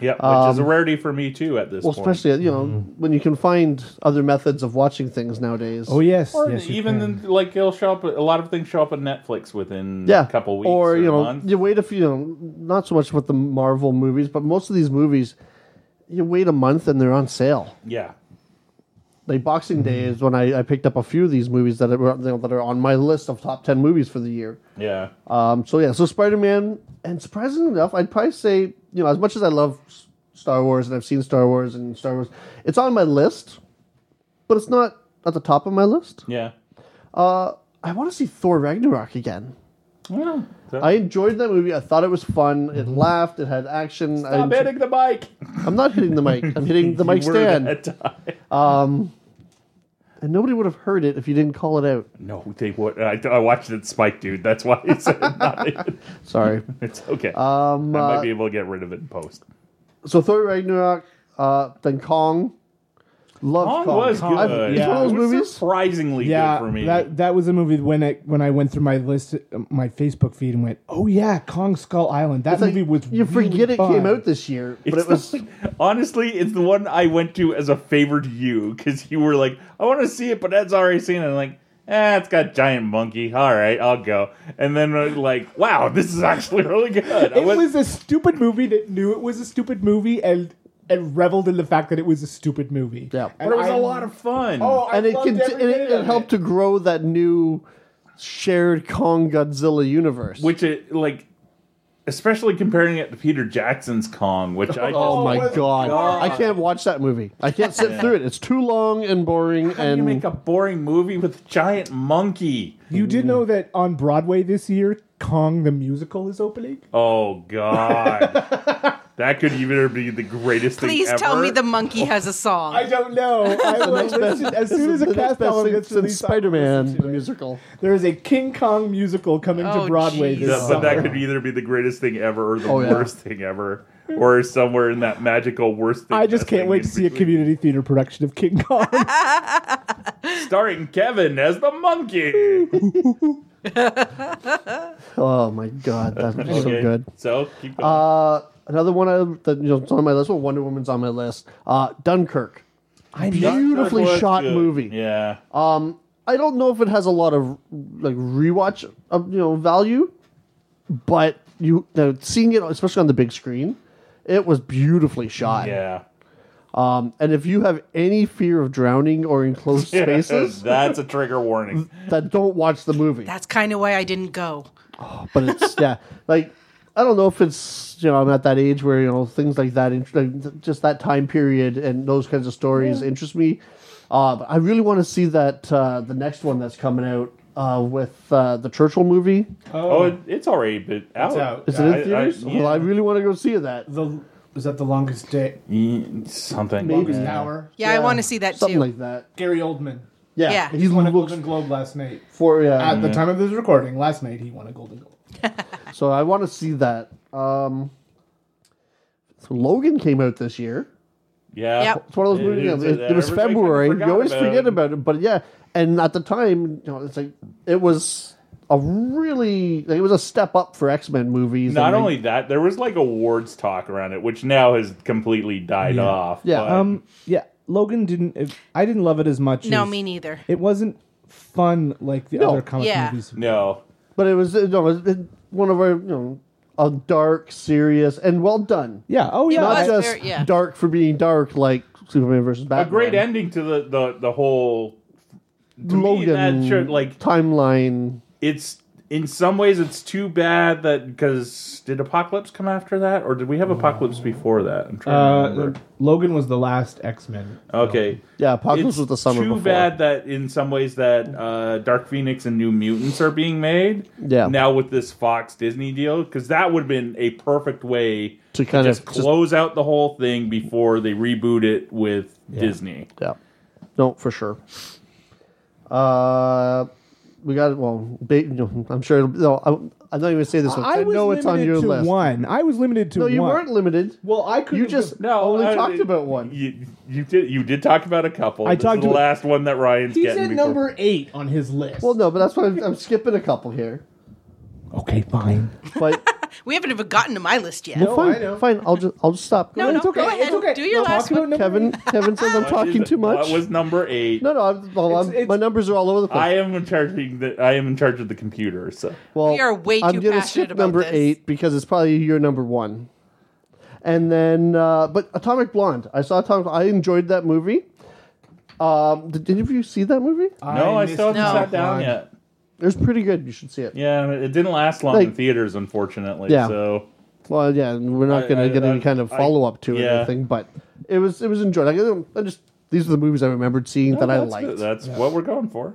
Yep, which is a rarity for me too at this um, Well, point. especially you know Mm-hmm. when you can find other methods of watching things nowadays. Oh yes. or yes, you even can. in- like it'll show up. A lot of things show up on Netflix within yeah, a couple weeks or, you a know month. you wait a few. You know, not so much with the Marvel movies, but most of these movies, you wait a month and they're on sale. yeah, like Boxing Day Mm-hmm. is when I, I picked up a few of these movies that are you know, that are on my list of top ten movies for the year. yeah, Um, so yeah, so Spider Man, and surprisingly enough, I'd probably say you know as much as I love S- Star Wars and I've seen Star Wars and Star Wars, it's on my list, but it's not at the top of my list. yeah. I want to see Thor Ragnarok again. Well, so- I enjoyed that movie. I thought it was fun. It Mm-hmm. laughed. It had action. I I'm enjoy- hitting the mic. I'm not hitting the mic. I'm hitting the mic You were stand, that time. and nobody would have heard it if you didn't call it out. No, they would. I, I watched it spike, dude. That's why I said not even. Sorry. It's okay. Uh, Um, I might be able to get rid of it in post. So Thor Ragnarok, uh, then Kong. Love Kong Kong. was good. I've- It's yeah. one of It those was movies. surprisingly yeah, good for me. That that was a movie when I when I went through my list, my Facebook feed, and went, "Oh yeah, Kong Skull Island." That It's like, movie was you forget really it came fun. out this year, but It's it was. the- honestly, it's the one I went to as a favor to you because you were like, "I want to see it," but Ed's already seen it. I'm like, "Ah, it's got giant monkey. All right, I'll go." And then I was like, "Wow, this is actually really good." I It was a stupid movie that knew it was a stupid movie and and reveled in the fact that it was a stupid movie. Yeah. and but it was a a lot of fun. Oh, I and it, loved can, every and minute it, it of helped to grow that new shared Kong Godzilla universe. which it like, especially comparing it to Peter Jackson's Kong, which I just, oh my was- god. God. I can't watch that movie. I can't sit through it. It's too long and boring. how do and you make a boring movie with a giant monkey? You Mm. did know that on Broadway this year, Kong the musical is opening. Oh god, that could even be the greatest Please thing. tell ever. me the Oh, monkey has a song. I don't know. I will listen, as soon as a the next cast album best gets thing released, since I will Spider Man listen the to it. musical. There is a King Kong musical coming Oh, to Broadway geez. this Yeah, but summer. that could either be the greatest thing ever or the Oh, yeah. worst thing ever, or somewhere in that magical worst thing. I just best can't thing wait to in see a between. community theater production of King Kong. Oh. starring Kevin as the monkey. Oh my god, that was so Okay, good. So keep going. Uh, another one I, that you know, it's on my list. Well, Wonder Woman's on my list. Uh, Dunkirk. I Dunkirk beautifully was shot good. movie. Uh, Yeah. I don't know if it has a lot of like rewatch uh, you know value, but you now, seeing it especially on the big screen, it was beautifully shot. yeah. And if you have any fear of drowning or enclosed spaces, That's a trigger warning. then don't watch the movie. That's kind of why I didn't go. But it's yeah, like I don't know if it's you know I'm at that age where you know things like that, int- like, th- just that time period and those kinds of stories interest me. Uh, but I really want to see that uh, the next one that's coming out uh, with uh, the Churchill movie. Oh, it, it's already been out. out. Is it in I- I- theaters? yeah. Well, I really want to go see that. the was that the longest day? Mm, Something. Longest Yeah. hour. Yeah, I want to see that Something too. like that. Gary Oldman Yeah, Yeah. Um, he He won a looks Golden Globe last night. for yeah. At the time of this recording, last night he won a Golden Globe. so I want to see that. Um, so Logan came out this year. Yeah. Yep. It's one of those It movies. is, you know, uh, it, it was everybody kinda February. You forgot always about forget it. about it, but yeah. And at the time, you know, it's like it was a really like, it was a step up for X Men movies. Not and, like, only that, there was like awards talk around it, which now has completely died off. Yeah. but- Um, yeah, Logan didn't. If, I didn't love it as much. No, as- me neither. It wasn't fun like the No. other comic Yeah. movies. no. but it was uh, no, it, it, one of our you know a dark, serious, and well done. Yeah. Oh yeah. Not was I- just very- yeah. dark for being dark, like Superman versus A Batman. great ending to the, the, the whole. To me, Logan that should, like, timeline. it's in some ways it's too bad that because did apocalypse come after that or did we have apocalypse before that i'm trying to uh, remember Logan was the last X Men. okay Yeah, Apocalypse it's was the summer too before. bad that in some ways that uh, dark phoenix and new mutants are being made Yeah. now with this fox disney deal because that would have been a perfect way To kind just of just- close out the whole thing before they reboot it with disney Yeah. No, for sure. Uh, we got well. Ba- no, I'm sure. It'll, no, I, I'm not even gonna say this. One. I, know it's on your to list. one. I was limited to No, one. you weren't limited. Well, I could. You just only I- talked about one. You, you did. You did talk about a couple. I This is talked the to- last one that Ryan's He's getting. at before- number eight on his list. Well, no, but that's why I'm, I'm skipping a couple here. Okay, fine. But We haven't even gotten to my list yet. well, fine, I know. fine. I'll just I'll just stop. No, no, it's okay. go ahead. It's okay. Do your No, last talk about one. number Kevin Kevin says I'm What talking is- too much. What was number eight? no, no. I'm, well, I'm, It's- it's- my numbers are all over the place. I am in charge. Of the, I am in charge of the computer. So well, We are way I'm too gonna passionate skip about number this. eight because it's probably your number one. And then, uh, but Atomic Blonde. I saw Atomic. I enjoyed that movie. Um, did any of you see that movie? no, I, still haven't No. sat down yet. It was pretty good. You should see it. Yeah, it didn't last long in Like- theaters, unfortunately. Yeah. So Well, yeah, and we're not I- going I- to get I- any kind of I- follow up to it yeah. or anything, but it was it was enjoyed. Like, I, don't- I just these are the movies I remembered seeing that I that's liked. good. That's what we're going for.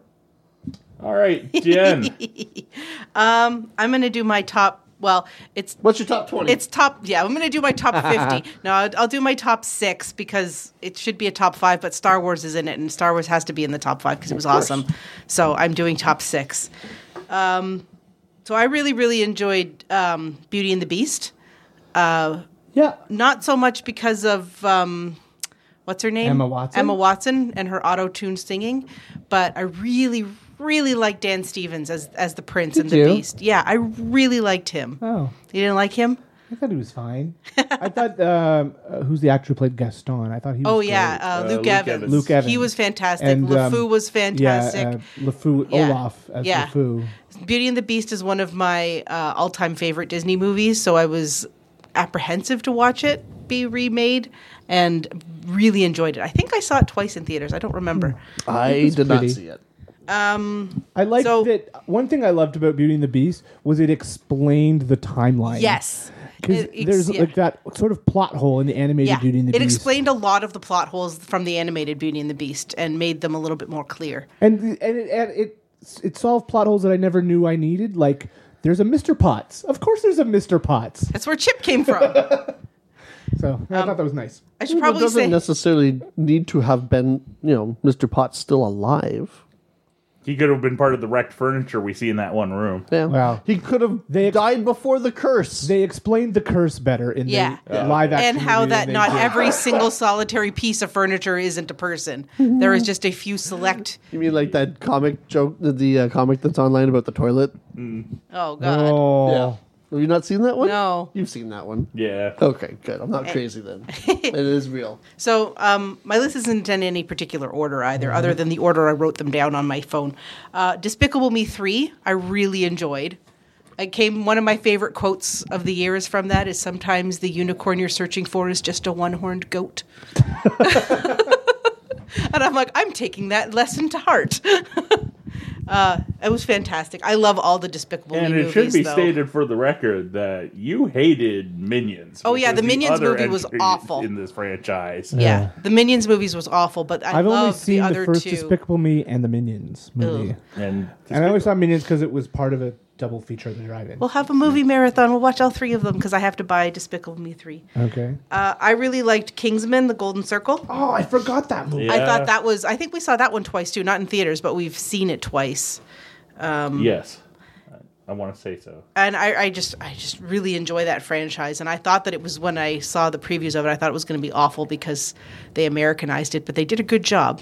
All right, Jen. I'm going to do my top. Well, it's What's your top twenty? It's top. Yeah, I'm going to do my top 50. no, I'll, I'll do my top six because it should be a top five, but Star Wars is in it, and Star Wars has to be in the top five because it was awesome. So I'm doing top six. Um, so I really, really enjoyed um, Beauty and the Beast. Yeah. Not so much because of. Um, What's her name? Emma Watson? Emma Watson and her auto tune singing, but I really, really liked Dan Stevens as as the Prince and the you? Beast. Yeah, I really liked him. Oh, You didn't like him? I thought he was fine. I thought um, uh, who's the actor who played Gaston? I thought he. was Oh great. yeah, uh, Luke, Luke Evans. Evans. Luke Evans. He was fantastic. And, um, LeFou was fantastic. Yeah, uh, LeFou Yeah. Olaf as Yeah. LeFou. Beauty and the Beast is one of my uh, all-time favorite Disney movies, so I was apprehensive to watch it be remade and really enjoyed it. I think I saw it twice in theaters. I don't Hmm. remember. I did not pretty. see it. I liked So- that. One thing I loved about Beauty and the Beast was it explained the timeline. Yes. because It- it's- there's yeah. like that sort of plot hole in the animated Yeah. Beauty and the It Beast. explained a lot of the plot holes from the animated Beauty and the Beast and made them a little bit more clear. and and it, and it it solved plot holes that I never knew I needed. Like there's a Mr. Potts. Of course, there's a Mr. Potts. That's where Chip came from. So Um, I thought that was nice. I should Well, it probably doesn't say necessarily need to have been you know Mr. Potts still alive. he could have been part of the wrecked furniture we see in that one room. Yeah. Wow. He could have They ex- died before the curse. They explained the curse better in Yeah. the live action and how movie that than they not did. every single solitary piece of furniture isn't a person. There is just a few select. you mean like that comic joke, the, the uh, comic that's online about the toilet? Oh God! Oh, Yeah. Have you not seen that one? No. Eh. You've seen that one. Yeah. Okay, good. I'm not crazy then. it is real. So um, my list isn't in any particular order either, other than the order I wrote them down on my phone. Uh, Despicable Me three, I really enjoyed. I came. One of my favorite quotes of the year is from that: "Is sometimes the unicorn you're searching for is just a one-horned goat." and I'm like, I'm taking that lesson to heart. uh, it was fantastic. I love all the Despicable And Me it should movies. be though. stated for the record that you hated Minions. Oh, which yeah, is the Minions other movie was entry awful. in this franchise. yeah, the Minions movies was awful, but I I've only love seen the the, other first two. Despicable Me and the Minions movie, Ugh. and and I always saw Minions because it was part of a double feature of the drive-in. We'll have a movie marathon. We'll watch all three of them because I have to buy Despicable Me 3. okay. Uh, I really liked Kingsman, The Golden Circle. Oh, I forgot that movie. I Yeah. thought that was, I think we saw that one twice too, not in theaters, but we've seen it twice. Mm. yes, I, I want to say so. And I, I just, I just really enjoy that franchise. And I thought that it was when I saw the previews of it, I thought it was going to be awful because they Americanized it, but they did a good job.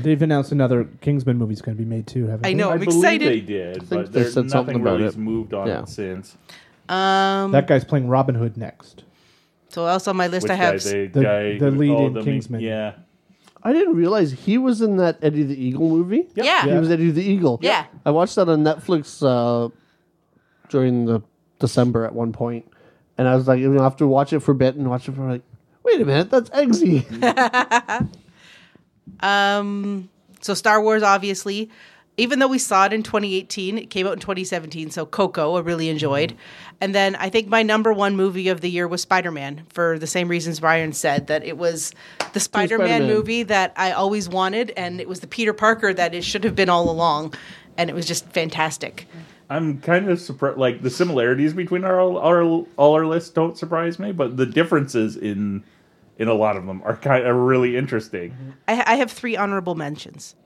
They've announced another Kingsman movie's going to be made too. Haven't I they? know. I I'm believe excited. they did, think but they there's said something nothing about really it. moved on Yeah. since. that guy's playing Robin Hood next. So else on my list, Which I have guy, they, The- guy, the lead all in the- Kingsman. Yeah, I didn't realize he was in that Eddie the Eagle movie. Yeah. He was Eddie the Eagle. Yeah. I watched that on Netflix uh, during the December at one point, and I was like, you know, after watch it for a bit and watch it for like, wait a minute, that's Eggsy. Um, so Star Wars, obviously, even though we saw it in 2018, it came out in 2017. So Coco, I really enjoyed, Mm-hmm. and then I think my number one movie of the year was Spider Man for the same reasons Brian said that it was the Spider Man Spider-Man. movie that I always wanted, and it was the Peter Parker that it should have been all along, and it was just fantastic. I'm kind of surprised. Like the similarities between our our all our lists don't surprise me, but the differences in in a lot of them are kind of really interesting. Mm-hmm. I, I have three honorable mentions.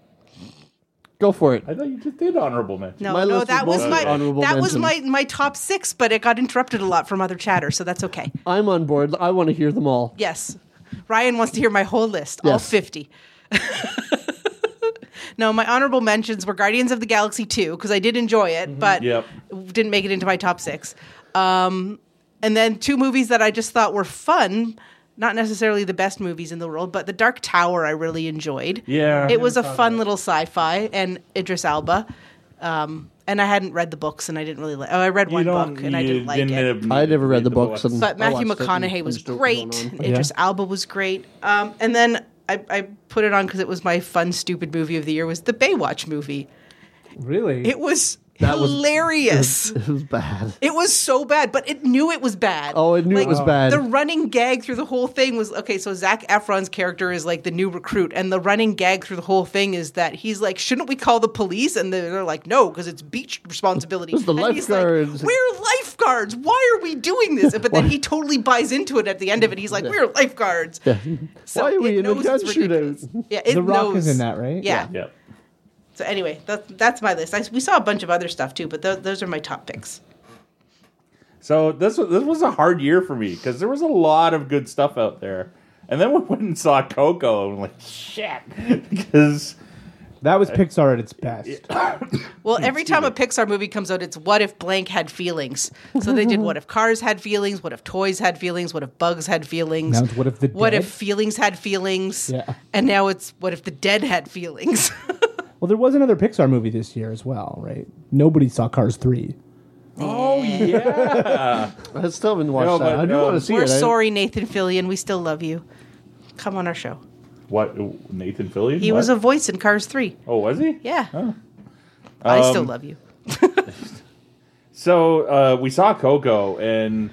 Go for it. I thought you just did honorable mention. No, My no, list that was was mostly my honorable that was my mentions. my top six, but it got interrupted a lot from other chatter, so that's okay. I'm on board. I want to hear them all. Yes. Ryan wants to hear my whole list, all Yes. 50. no, my honorable mentions were Guardians of the Galaxy 2, because I did enjoy it, but Mm-hmm. Yep. didn't make it into my top six. Um, and then two movies that I just thought were fun. Not necessarily the best movies in the world, but The Dark Tower I really enjoyed. Yeah. It was a fun little sci fi, and Idris Alba. Um, and I hadn't read the books, and I didn't really like Oh, I read You one don't- book, and I you didn't like it. have I never read the books, and But I Matthew watched it McConaughey and was understood what great. was going on. Idris Alba was great. Um, and then I, I put it on because it was my fun, stupid movie of the year. Was the Baywatch movie? Really? It was That was- hilarious. It was bad. It was so bad, but it knew it was bad. Oh, it knew it was bad. The running gag through the whole thing was okay. So Zach Efron's character is like the new recruit, and the running gag through the whole thing is that he's like, "Shouldn't we call the police?" And they're they're like, "No, because it's beach responsibility." It's the and lifeguards. He's like, we're lifeguards. Why are we doing this? But then he totally buys into it at the end of it. He's like, "We're lifeguards." So Why are we it in a knows gun it's ridiculous. shootout? Yeah, it The Rock knows. is in that, right? Yeah. Yep. So anyway, that's that's my list. I, we saw a bunch of other stuff too, but tho- those are my top picks. So this was, this was a hard year for me because there was a lot of good stuff out there, and then we went and saw Coco, and I'm like shit, because That was Pixar at its best. Well, every time a Pixar movie comes out, it's what if blank had feelings. So they did what if cars had feelings, what if toys had feelings, what if bugs had feelings, Now it's what if the what dead- if feelings had feelings, Yeah. and now it's what if the dead had feelings. Well, there was another Pixar movie this year as well, right? Nobody saw Cars three. oh yeah, I still haven't watched No, that. but, I do um, want to see We're it. I- sorry, Nathan Fillion, we still love you. Come on our show. what Nathan Fillion? He What? was a voice in Cars Three. oh was he? Yeah, I still Um, love you. So uh, we saw Coco, and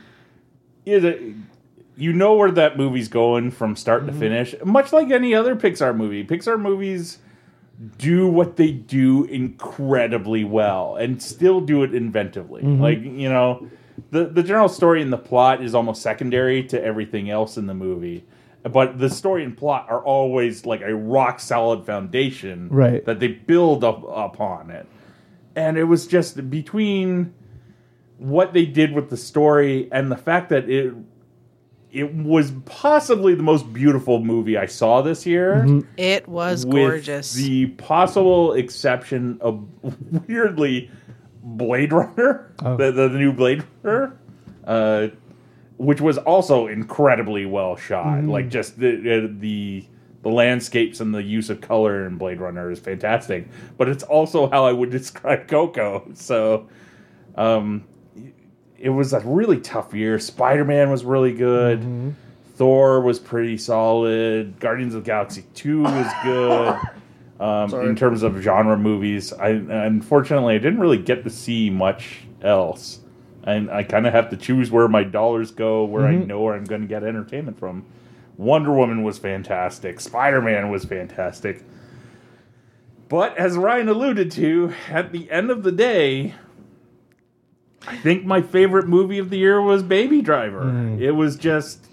it, you know where that movie's going from start to finish. Much like any other Pixar movie, Pixar movies do what they do incredibly well, and still do it inventively. Like you know, the the general story and the plot is almost secondary to everything else in the movie. But the story and plot are always like a rock solid foundation Right. that they build up upon it. And it was just between what they did with the story and the fact that it it was possibly the most beautiful movie I saw this year. It was With gorgeous. the possible exception of weirdly Blade Runner, the, the the new Blade Runner, uh, which was also incredibly well shot. Like just the uh, the the landscapes and the use of color in Blade Runner is fantastic. But it's also how I would describe Coco. So. Um, it was a really tough year. Spider Man was really good. Thor was pretty solid. Guardians of the Galaxy Two was good. Um, in terms of genre movies, I unfortunately I didn't really get to see much else, and I kind of have to choose where my dollars go, where I know where I'm going to get entertainment from. Wonder Woman was fantastic. Spider Man was fantastic. But as Ryan alluded to, at the end of the day, I think my favorite movie of the year was Baby Driver. It was just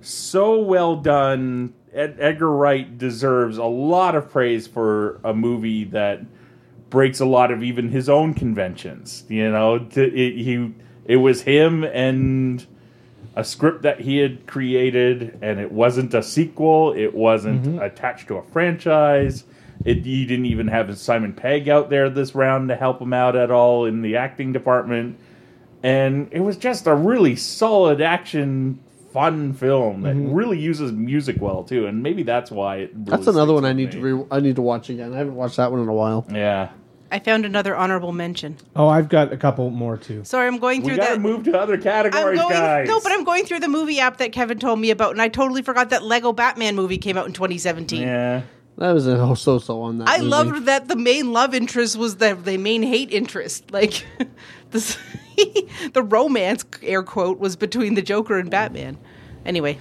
so well done. Ed- Edgar Wright deserves a lot of praise for a movie that breaks a lot of even his own conventions. You know, to, it, he it was him and a script that he had created, and it wasn't a sequel. It wasn't Mm-hmm. attached to a franchise. It, he didn't even have Simon Pegg out there this round to help him out at all in the acting department. And it was just a really solid action, fun film that really uses music well too. And maybe that's why it. Really Mm-hmm. That's another sticks one I with need to me. re- I need to watch again. I haven't watched that one in a while. Yeah. I found another honorable mention. Oh, I've got a couple more too. Sorry, I'm going We through gotta that. move to other I'm categories, going guys. no, but I'm going through the movie app that Kevin told me about, and I totally forgot that Lego Batman movie came out in 2017. Yeah. That was a so so on that. I movie. loved that the main love interest was the, the main hate interest. Like this, the romance air quote was between the Joker and Batman. Anyway,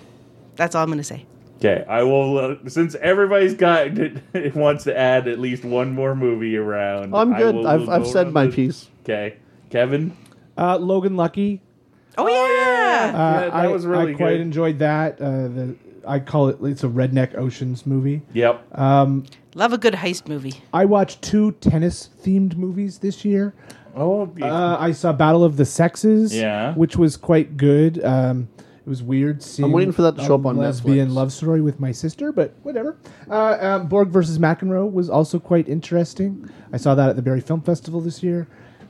that's all I'm going to say. Okay, I will. Uh, since everybody's got wants to add at least one more movie around. I'm I good. will- I've, we'll I've go said around my the- piece. Okay, Kevin. Uh, Logan Lucky. Oh, yeah. Uh, Yeah, that I, was really I quite good. enjoyed that. Uh, the I call it it's a redneck oceans movie. Yep. Love a good heist movie. I watched two tennis themed movies this year. oh, Uh, I saw Battle of the Sexes, Yeah. which was quite good. Um, it was weird seeing. waiting for that to a show up on lesbian Netflix. love story with my sister, but whatever. Uh, um, Borg versus McEnroe was also quite interesting. I saw that at the Barry Film Festival this year.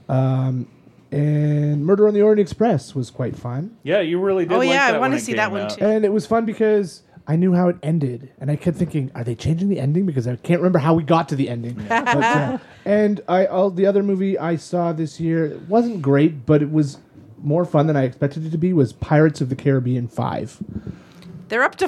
Um, and Murder on the Orient Express was quite fun, yeah, you really did. Oh, like yeah, I that wanna want to see that one, too. and it was fun because. I knew how it ended, and I kept thinking, "Are they changing the ending?" Because I can't remember how we got to the ending. But, uh, and I, all the other movie I saw this year it wasn't great, but it was more fun than I expected it to be. Was Pirates of the Caribbean Five? They're up to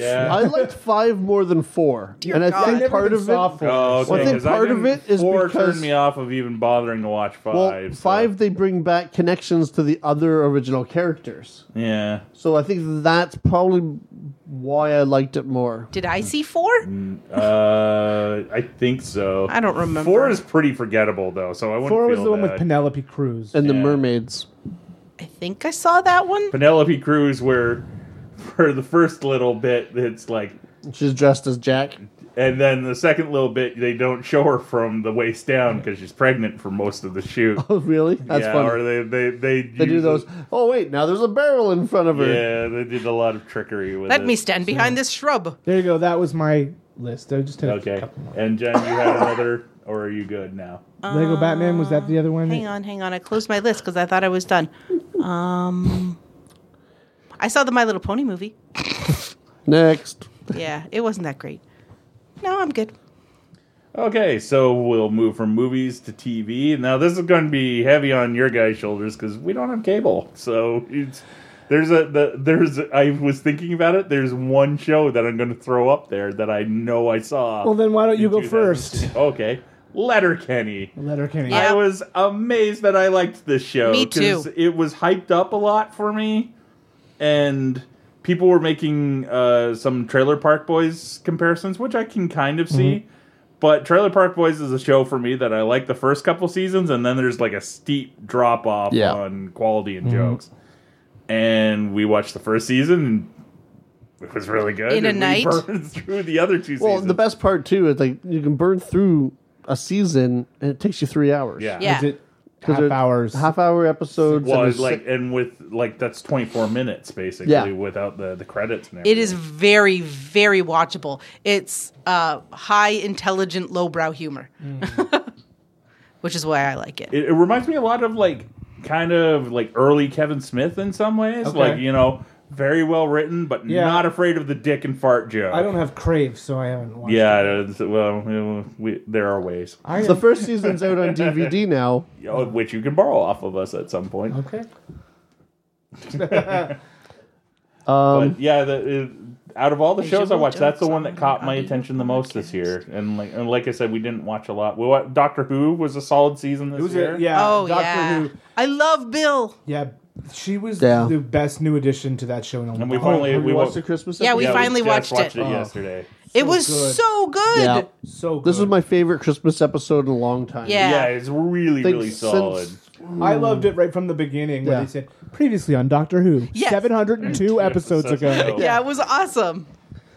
Yeah. I liked five more than four, Dear and I God. I think never part of it. Oh, okay. Well, I think 'cause part of didn't- it is four because- turned me off of even bothering to watch five. Well, so- five they bring back connections to the other original characters, Yeah. so I think that's probably why I liked it more. Did I see four? Uh, I think so. I don't remember. Four is pretty forgettable though, so I wouldn't. Four was feel the one with bad. Penelope Cruz. And the Yeah. mermaids. I think I saw that one. Penelope Cruz, where for the first little bit, it's like She's dressed as Jack. And then the second little bit, they don't show her from the waist down because she's pregnant for most of the shoot. Oh, really? That's yeah, funny. Or they they they, They do use those. it- Oh wait, now there's a barrel in front of her. Yeah, they did a lot of trickery with Let it. me stand behind this shrub. there you go. That was my list. I just had a Okay, couple more. and Jen, you had another, or are you good now? Lego Batman was that the other one? Hang on, hang on. I closed my list because I thought I was done. Um, I saw the My Little Pony movie. Next. Yeah, it wasn't that great. No, I'm good. Okay, so we'll move from movies to TV. Now this is going to be heavy on your guys' shoulders because we don't have cable. So it's there's a the, there's I was thinking about it. There's one show that I'm going to throw up there that I know I saw. Well, then why don't you in go 2000. first? Okay, Letterkenny. Letter Kenny. Yeah. I was amazed that I liked this show. Me too. 'cause It was hyped up a lot for me, and people were making uh, some Trailer Park Boys comparisons, which I can kind of Mm-hmm. see. But Trailer Park Boys is a show for me that I like the first couple seasons, and then there's like a steep drop off Yeah. Mm-hmm. on quality and jokes. And we watched the first season, and it was really good. In a and we night? burned through the other two Well, seasons. the best part too is like you can burn through a season and it takes you three hours. yeah, Yeah. Is it 'Cause half they're hours? half hour episodes. Well, and it's it's like si- and with like that's twenty four minutes basically Yeah. without the the credits. And It is everything. very, very watchable. It's uh, high, intelligent, lowbrow humor. which is why I like it. it, it reminds me a lot of like kind of like early Kevin Smith in some ways. Okay. Like you know, very well written, but Yeah. not afraid of the dick and fart joke. I don't have crave, so I haven't watched. Yeah, it's, well, we- we, there are ways, I The first season's out on DVD now. you know, which you can borrow off of us at some point. okay. but yeah, the, it, out of all the shows I Visual watched, that's the jokes one that on caught my audio attention the most this podcast. year. And like, and like I said, we didn't watch a lot. We wa Doctor Who was a solid season this It was year. a, yeah. oh uh, Doctor yeah, Who. I love Bill. Yeah, she was Yeah. the best new addition to that show. In a And while. we've only Have we you watched watched the Christmas? Yeah, we yeah, episode? finally just watched it. Oh. yesterday. it was good. so good. Yeah. so good. This is my favorite Christmas episode in a long time. Yeah. Yeah, it's really Think really since- solid. I loved it right from the beginning when Yeah. they said previously on Doctor Who, Yes. seven hundred and two episodes episodes ago. ago. Yeah, it was awesome.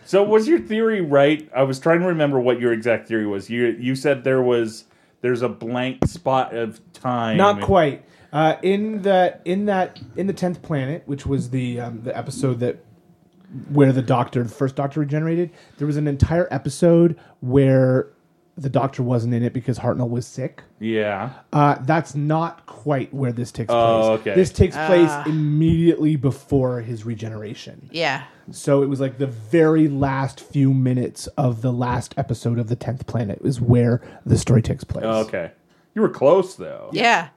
So was your theory right? I was trying to remember what your exact theory was. You you said there was there's a blank spot of time. Not quite. Uh, in the in that in the tenth planet, which was the um, the episode that where the Doctor, the first Doctor, regenerated, there was an entire episode where the Doctor wasn't in it because Hartnell was sick. Yeah. Uh, that's not quite where this takes Oh, place. okay. This Ah. takes place immediately before his regeneration. Yeah, So it was like the very last few minutes of the last episode of the tenth planet is where the story takes place. Oh, Okay. You were close though. yeah.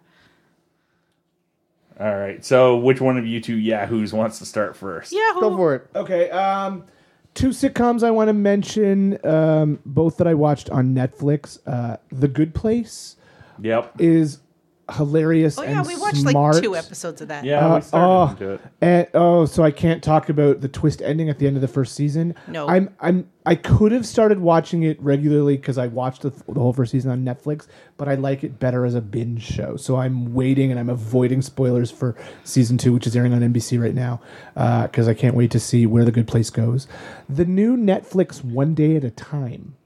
All right. So which one of you two yahoos wants to start first? Yeah, Go for it. Okay. Um, two sitcoms I want to mention, um, both that I watched on Netflix. Uh, the Good Place Yep. is hilarious. Oh and yeah, we watched smart. like two episodes of that. Yeah, we Uh, started oh. into it. And, oh, so I can't talk about the twist ending at the end of the first season. No. I'm I'm I could have started watching it regularly because I watched the, the whole first season on Netflix, but I like it better as a binge show. So I'm waiting and I'm avoiding spoilers for season two, which is airing on NBC right now, because I can't wait to see where the good place goes. The new Netflix One Day at a Time.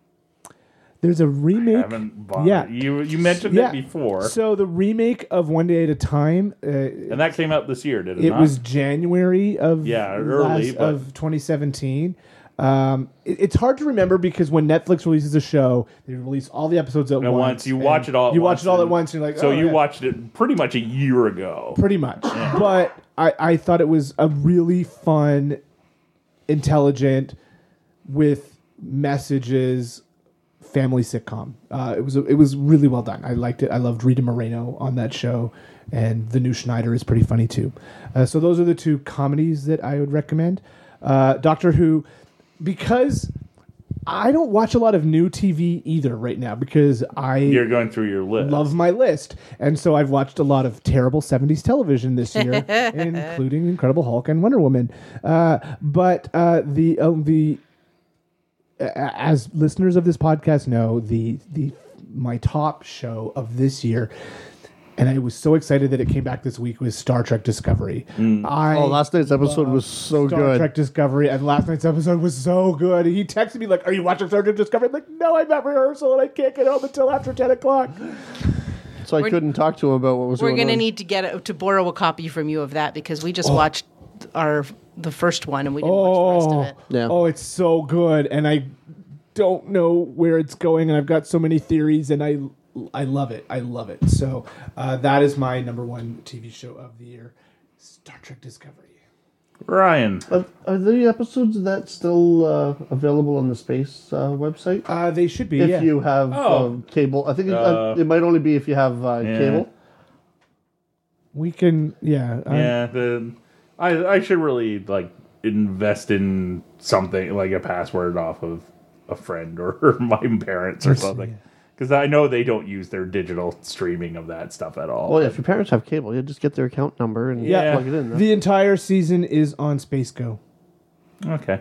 There's a remake. Haven't bothered. Yeah. You you mentioned it before. So the remake of One Day at a Time uh, and that came out this year, did it, it not? was January of Yeah, early, but- of 2017. Um, it- it's hard to remember because when Netflix releases a show, they release all the episodes at at once. once. You and watch it all. At you once watch it all and- at once. And you're like, so oh, you yeah, watched it pretty much a year ago. pretty much. but I, I thought it was a really fun, intelligent, with messages family sitcom. Uh, it was it was really well done. I liked it. I loved Rita Moreno on that show, and the new Schneider is pretty funny too. Uh, so those are the two comedies that I would recommend. Uh, Doctor Who, because I don't watch a lot of new TV either right now because I You're going through your list. love my list. And so I've watched a lot of terrible 70s television this year, including Incredible Hulk and Wonder Woman. Uh, but uh, the um, the a- a- as listeners of this podcast know, the the my top show of this year and I was so excited that it came back this week was Star Trek Discovery. I Oh, last night's episode was so Star good. Trek Discovery, and last night's episode was so good. He texted me like, "Are you watching Star Trek Discovery?" I'm like, "No, I'm at rehearsal, and I can't get home until after ten o'clock." so I We're- couldn't talk to him about what was We're going gonna on. need to get a, to borrow a copy from you of that because we Oh. just watched our the first one and we didn't watch the rest of it. Yeah. Oh, it's so good, and I don't know where it's going, and I've got so many theories, and I I love it. I love it. So uh, that is my number one TV show of the year, Star Trek Discovery. Ryan. Are, are the episodes of that still uh, available on the space uh, website? Uh, they should be. if yeah. you have Oh. um, cable, I think it, uh, Uh, it might only be if you have uh, yeah. cable. we can. Yeah. uh, I'm- yeah, the I I should really like invest in something like a password off of a friend or my parents or Let's see. something. Because I know they don't use their digital streaming of that stuff at all. Well, yeah, if your parents have cable, you just get their account number and Yeah. plug it in. The entire season is on Space Go. Okay.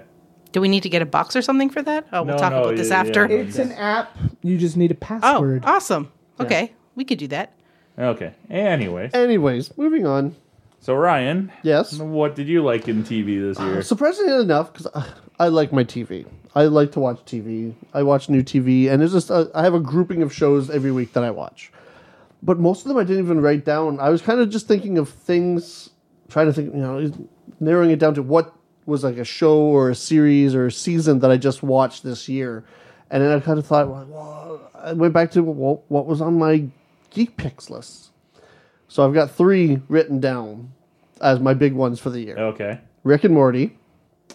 Do we need to get a box or something for that? Oh, we'll No, talk no, about this yeah, after. yeah. It's an app. You just need a Oh, password. awesome. Okay, we could do that. Okay. Anyway, Anyways, moving on. so Ryan, Yes. what did you like in TV this year? Surprisingly enough, because I, I like my TV. I like to watch TV. I watch new TV, and it's just uh, I have a grouping of shows every week that I watch. But most of them I didn't even write down. I was kind of just thinking of things, trying to think, you know, narrowing it down to what was like a show or a series or a season that I just watched this year. And then I kind of thought, well, I went back to well, what was on my geek picks lists. So I've got three written down as my big ones for the year. Okay. Rick and Morty.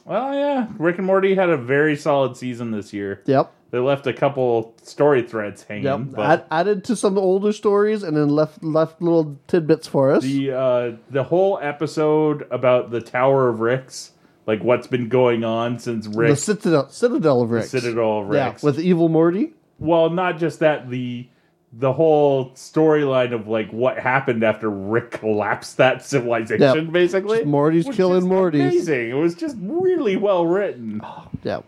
Well, yeah. Rick and Morty had a very solid season this year. Yep. They left a couple story threads hanging. Yep. Add, Mm, But added to some older stories and then left left little tidbits for us. the uh, the whole episode about the Tower of Ricks, like what's been going on since the Rick Citadel, Citadel of Ricks. Citadel of Yeah, Ricks. with evil Morty. well, not just that the the whole storyline of like what happened after Rick collapsed that civilization, Yep. basically. Morty's was killing just Morty's. Amazing. It was just really well written. Yeah.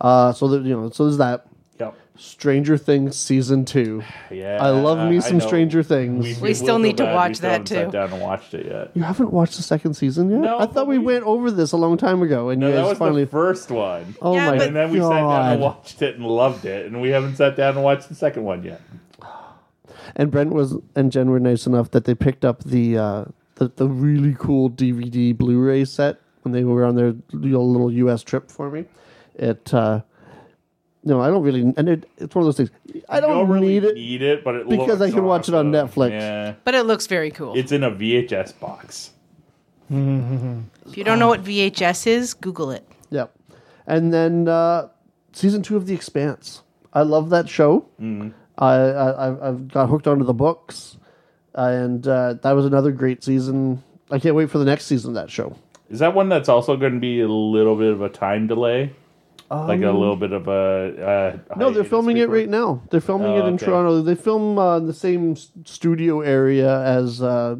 Uh, so that you know, so there's that. Yep. Stranger Things season two. Yeah. I love me I some know. Stranger Things. We still will need go to back. watch We still that, haven't sat too. down and watched it yet. You haven't watched the second season yet? No, I thought but we, we- went over this a long time ago, and No, you that guys was finally. the first one. oh Yeah, my but- and then we sat down and God. watched it and loved it, and we haven't sat down and watched the second one yet. And Brent was and Jen were nice enough that they picked up the uh, the, the really cool DVD Blu-ray set when they were on their little U.S. trip for me. It uh, no, I don't really, and it, it's one of those things. I don't, You don't really need it. need it, but it because looks I can watch it on awesome. Netflix. Yeah, But it looks very cool. it's in a VHS box. if you uh. don't know what VHS is, Google it. Yeah, and then uh, season two of The Expanse. I love that show. Mm-hmm. I, I I've- I've got hooked onto the books, uh, and uh, that was another great season. I can't wait for the next season of that show. Is that one that's also going to be a little bit of a time delay? like a little bit of a. Uh, Um, No, they're hiatus filming it before- right now. They're filming Oh, it in okay. Toronto. They film uh, in the same s- studio area as uh,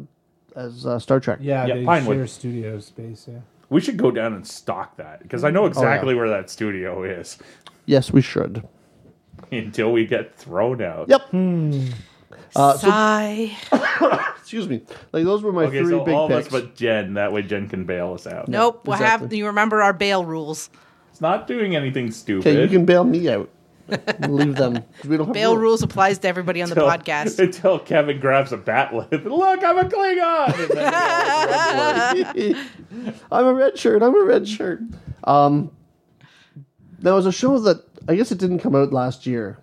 as uh, Star Trek. Yeah, Yeah, they Pinewood. share studio space. Yeah. We should go down and stock that because Oh, I know exactly where that studio is Yes, we should. until we get thrown out. Yep. Uh, Sigh. Excuse me. Like those were my Okay, three so big all picks. of us but Jen. That way Jen can bail us out. nope. We'll have exactly. you remember our bail rules. It's not doing anything stupid. okay, you can bail me out. Leave them. 'cause We don't have Bail rules applies to everybody on the Until- podcast. Until Kevin grabs a bat lip. Look, I'm a Klingon! And then I'm a red shirt. I'm a red shirt. Um, there was a show that I guess it didn't come out last year,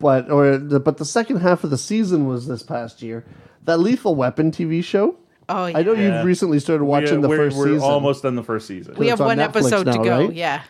but or the, but the second half of the season was this past year. That Lethal Weapon TV show. Oh yeah. I know Yeah. you've recently started watching the we're, 1st we're season. almost done the first season. we it's have on one Netflix episode now, to go. right? Yeah.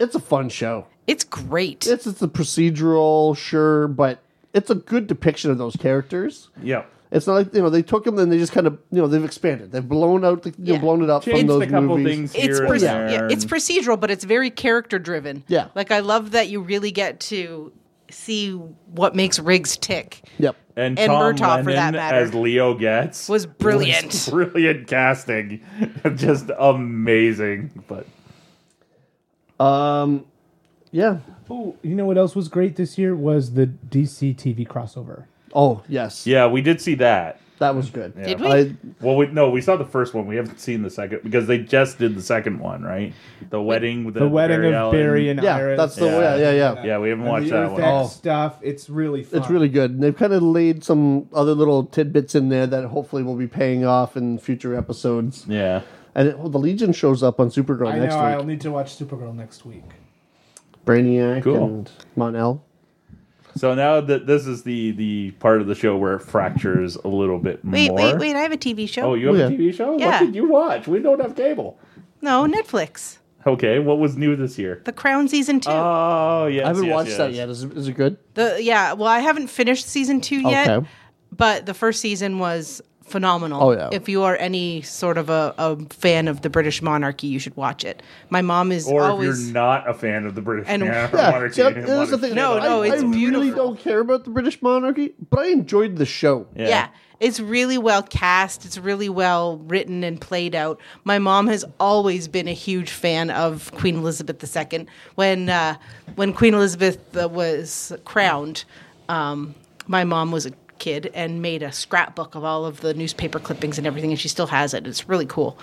It's a fun show. It's great. It's it's a procedural, sure, but it's a good depiction of those characters. yeah. It's not like you know they took them and they just kind of you know they've expanded, they've blown out, the, you know, Yeah. blown it up from Changed those a couple things movies. here it's and proce- there. yeah, it's procedural, but it's very character driven. Yeah. Like I love that you really get to see what makes Riggs tick. Yep. and and Tom Murtaugh, Lennon for that matter. as Leo gets Was brilliant. was brilliant casting, just amazing. But Um, yeah. Oh, you know what else was great this year was the DC TV crossover. Oh yes, yeah, we did see that. that was good. Did we? I, Well, we, no, we saw the first one. We haven't seen the second because they just did the second one, right? The wedding, the, The wedding Barry of Allen. Barry and yeah, Iris. that's the Yeah. yeah, yeah, yeah. Yeah, we haven't and watched the that Earth one. X stuff. Oh. It's really fun. It's really good. And they've kind of laid some other little tidbits in there that hopefully will be paying off in future episodes. Yeah, And it, oh, the Legion shows up on Supergirl I know. next I'll week. need to watch Supergirl next week. Brainiac Cool. and Monel. So now that this is the the part of the show where it fractures a little bit Wait, more. wait, wait! I have a TV show. Oh, you have Yeah. a TV show? Yeah. What did you watch? We don't have cable. No, Netflix. Okay, what was new this year? The Crown season two. Oh, yes. I haven't yes, watched that yes. yet. Is, it- is it good? the yeah. Well, I haven't finished season two yet, Okay. but the first season was phenomenal. Oh, yeah. If you are any sort of a, a fan of the British monarchy, you should watch it. My mom is Or always. if you're not a fan of the British And- monarchy, Yeah, monarchy, yeah, that is the thing. No, I, no, it's I really beautiful. don't care about the British monarchy, but I enjoyed the show. yeah. It's really well cast. It's really well written and played out. My mom has always been a huge fan of Queen Elizabeth II. When uh, when Queen Elizabeth uh, was crowned, um, my mom was a kid and made a scrapbook of all of the newspaper clippings and everything, and she still has it. It's really cool.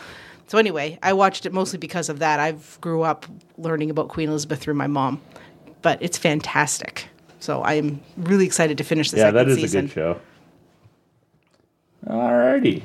So anyway, I watched it mostly because of that. I've grew up learning about Queen Elizabeth through my mom, but it's fantastic. So I'm really excited to finish the Yeah, second that is season. a good show. Alrighty.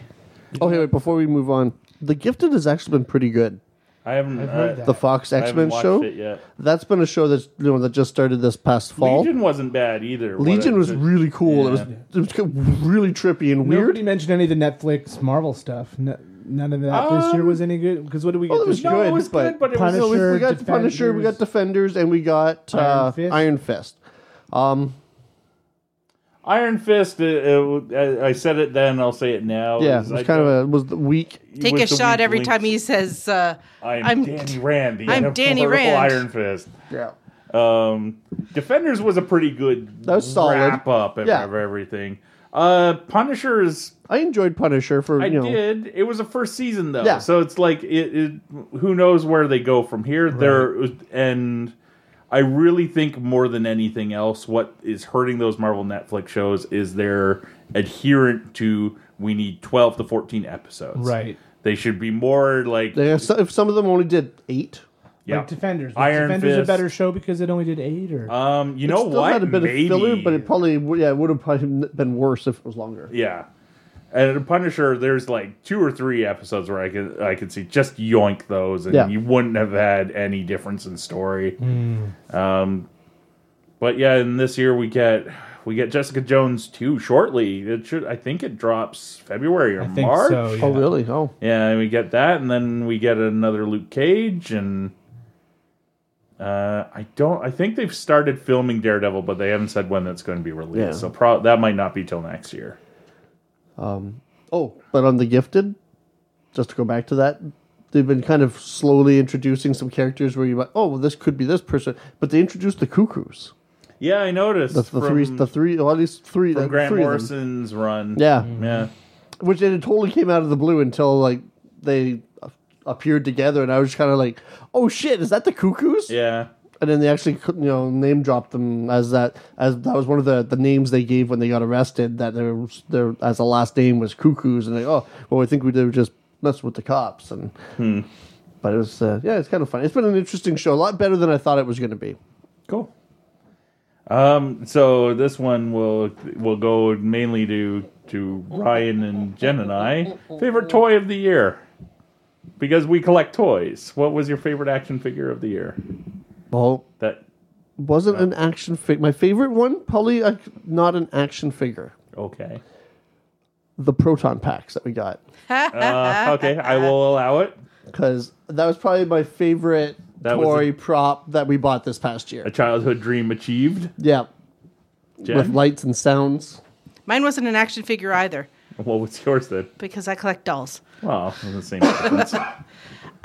Oh, hey, wait, before we move on, The Gifted has actually been pretty good. I haven't I've heard I- that. The Fox I X haven't Men watched show. it yet. That's been a show that's you know that just started this past fall. Legion wasn't bad either. What Legion I- was really cool. It was it was kind of really trippy and weird. Nobody mentioned any of the Netflix Marvel stuff. No, none of that this year was any good. Because what did we get? Well, it was this year? No, it good, was but good, but it Punisher- was So we, we got Defenders. Punisher, we got Defenders, and we got uh, Iron Fist. Iron Fist. Iron Fist. uh, uh, I I said it then. I'll say it now. Yeah, is it was I kind of don't- a it was the weak. Take with a the shot weak every links. time he says, uh, I'm, I'm- Danny Rand. The I'm immortal Danny Rand. Iron Fist. Yeah. Um, Defenders was a pretty good That was solid. wrap up of Yeah. of everything. Uh, Punisher is I enjoyed Punisher for I you know did. It was a first season though, Yeah. so it's like it, it. Who knows where they go from here? There and I really think more than anything else, what is hurting those Marvel Netflix shows is they're adherent to we need twelve to fourteen episodes. Right. They should be more like they have some, if some of them only did eight. yeah. Like Defenders. Was Iron Defenders Fist. a better show because it only did eight or Uh, Um, you It know still what? had a bit Maybe. of filler, but it probably w- yeah it would have probably been worse if it was longer. yeah. And in Punisher, there's like two or three episodes where I could I could see just yoink those, and Yeah. you wouldn't have had any difference in story. Hmm. Um, but yeah, and this year we get we get Jessica Jones too shortly. It should I think it drops February or I think March. so. Yeah. Oh really? Oh Yeah, and we get that, and then we get another Luke Cage, and uh, I don't. I think they've started filming Daredevil, but they haven't said when that's going to be released. Yeah. So pro- that might not be till next year. oh, but on the Gifted, just to go back to that. They've been kind of slowly introducing some characters where you might, oh, well, this could be this person, but they introduced the cuckoos. Yeah, I noticed That's the from, three, the three, well, at least three, from uh, Grant Mm-hmm. three of them. Morrison's run. Yeah, yeah. which it totally came out of the blue until like they a- appeared together, and I was kind of like, "Oh shit, is that the Cuckoos?" Yeah. And then they actually cou- you know name dropped them as that as that was one of the, the names they gave when they got arrested that their their as a last name was Cuckoos, and they oh well I think we did just mess with the cops and. Hmm. But it was uh, yeah, it's kind of fun. It's been an interesting show, a lot better than I thought it was going to be. Cool. Um, so this one will will go mainly to to Ryan and Jen and I. Favorite toy of the year. Because we collect toys. What was your favorite action figure of the year? Well, That wasn't an action figure. My favorite one, probably uh, not an action figure. okay. The proton packs that we got. Uh, okay, I will allow it. because that was probably my favorite That was toy a- prop that we bought this past year. A childhood dream achieved. yeah, Jen, with lights and sounds. Mine wasn't an action figure either well, what's yours then? because I collect dolls. Well, the same difference.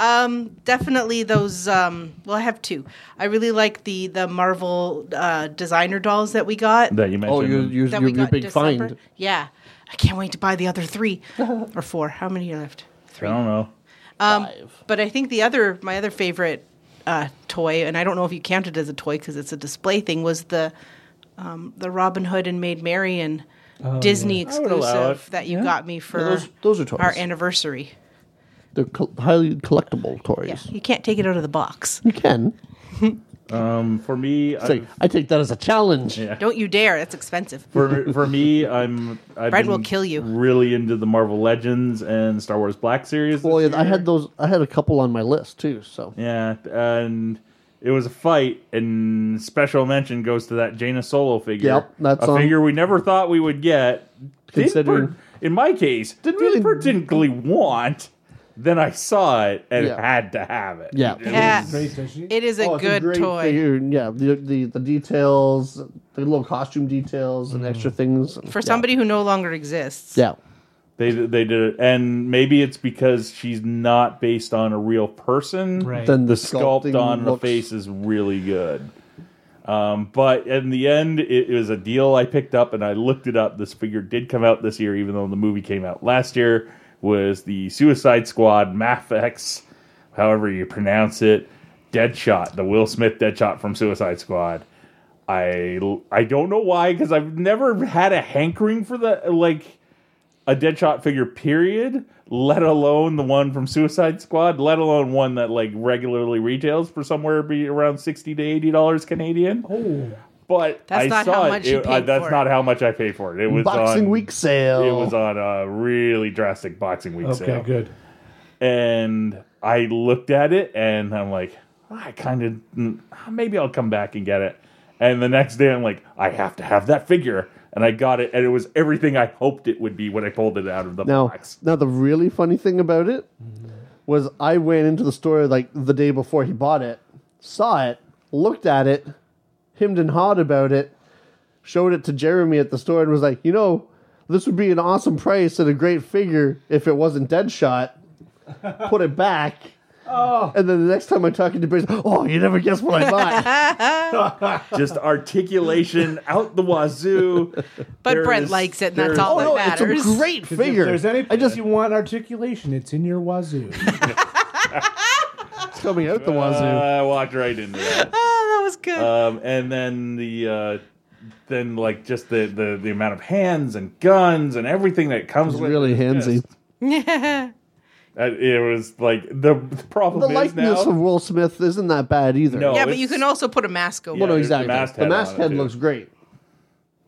Definitely those. Um, well, I have two. I really like the the Marvel uh, designer dolls that we got. that you mentioned. Oh, you you that you we got in big December. find. Yeah, I can't wait to buy the other three or four. How many are left? I don't know. Um, But I think the other, my other favorite uh, toy, and I don't know if you count it as a toy because it's a display thing, was the um, the Robin Hood and Maid Marian Disney I would allow exclusive it. that you got me for those- those are toys. our anniversary. They're col- highly collectible toys. Yeah, you can't take it out of the box. You can. Um, for me, It's like, I take that as a challenge. Don't you dare! That's expensive. for for me, I'm. I've Brad will been kill you. Really into the Marvel Legends and Star Wars Black series. Well, this yeah, I year. had those. I had a couple on my list too. So Yeah, and it was a fight, and special mention goes to that Jaina Solo figure. Yep, that's a on- figure we never thought we would get. Didn't Considering- per- in my case, didn't, really- particularly want. Then I saw it and Yeah. had to have it. Yeah. It Yeah, was- Great, does she? it is a Oh, it's good great toy. figure, and Yeah, the, the the details, the little costume details, and Mm. extra things and- for yeah. somebody who no longer exists. Yeah, They they did it, and maybe it's because she's not based on a real person. Right. then the, the sculpt sculpting on looks, her face is really good. Um, but in the end, it, it was a deal I picked up, and I looked it up. This figure did come out this year, even though the movie came out last year. Was the Suicide Squad Mafex, however you pronounce it, Deadshot, the Will Smith Deadshot from Suicide Squad. I I don't know why because I've never had a hankering for the like a Deadshot figure, period. Let alone the one from Suicide Squad. Let alone one that like regularly retails for somewhere be around sixty to eighty dollars Canadian. Oh. But That's I not saw how it. much It- you I- paid that's for not how much I paid for it. It was Boxing on, Week sale. It was on a really drastic Boxing Week Okay, sale, good. and I looked at it and I'm like, I kind of maybe I'll come back and get it. And the next day I'm like, I have to have that figure. And I got it, and it was everything I hoped it would be when I pulled it out of the Now, box. now the really funny thing about it was I went into the store like the day before he bought it, saw it, looked at it, hemmed and hawed about it, showed it to Jeremy at the store, and was like, you know, this would be an awesome price and a great figure if it wasn't Deadshot. Put it back. Oh. And then the next time I'm talking to Bruce, oh, you never guess what I bought. Just articulation out the wazoo. But There Brent is- likes it, and there is- that's all oh, no, that matters. it's a great If figure. there's any I just you want articulation, it's in your wazoo. it's coming out the wazoo. Uh, I walked right into that. Oh, that was good. Uh, um, and then the uh, then like just the, the the amount of hands and guns and everything that comes It's with really it is handsy. just- Uh, it was like the, the problem The is now. likeness of Will Smith isn't that bad either. No. yeah, oh, but you it's- can also put a mask over. Yeah, Well, no, there's the exactly. mast The head on mask it, head too. looks great.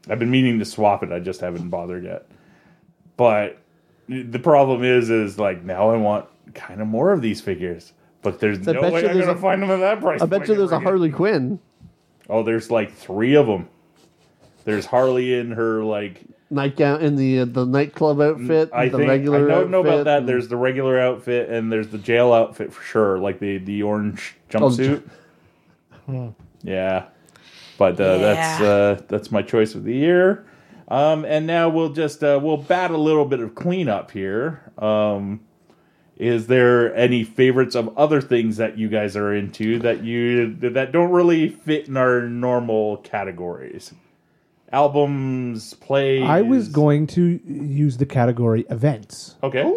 I've been meaning to swap it. I just haven't bothered yet. But the problem is, is like now I want kind of more of these figures. But there's no bet way you I'm there's gonna a- find them at that price. I bet point you there's a ever again. Harley Quinn Oh, there's like three of them. There's Harley in her like nightgown in the uh, the nightclub outfit, I the think regular. I don't know outfit, about that. and- There's the regular outfit and there's the jail outfit for sure, like the the orange Oh, jumpsuit. yeah, but uh, that's Yeah. uh, that's my choice of the year. Um, and now we'll just uh, we'll bat a little bit of cleanup here. Um, is there any favorites of other things that you guys are into that you that don't really fit in our normal categories? Albums, plays. I was going to use the category events. Okay.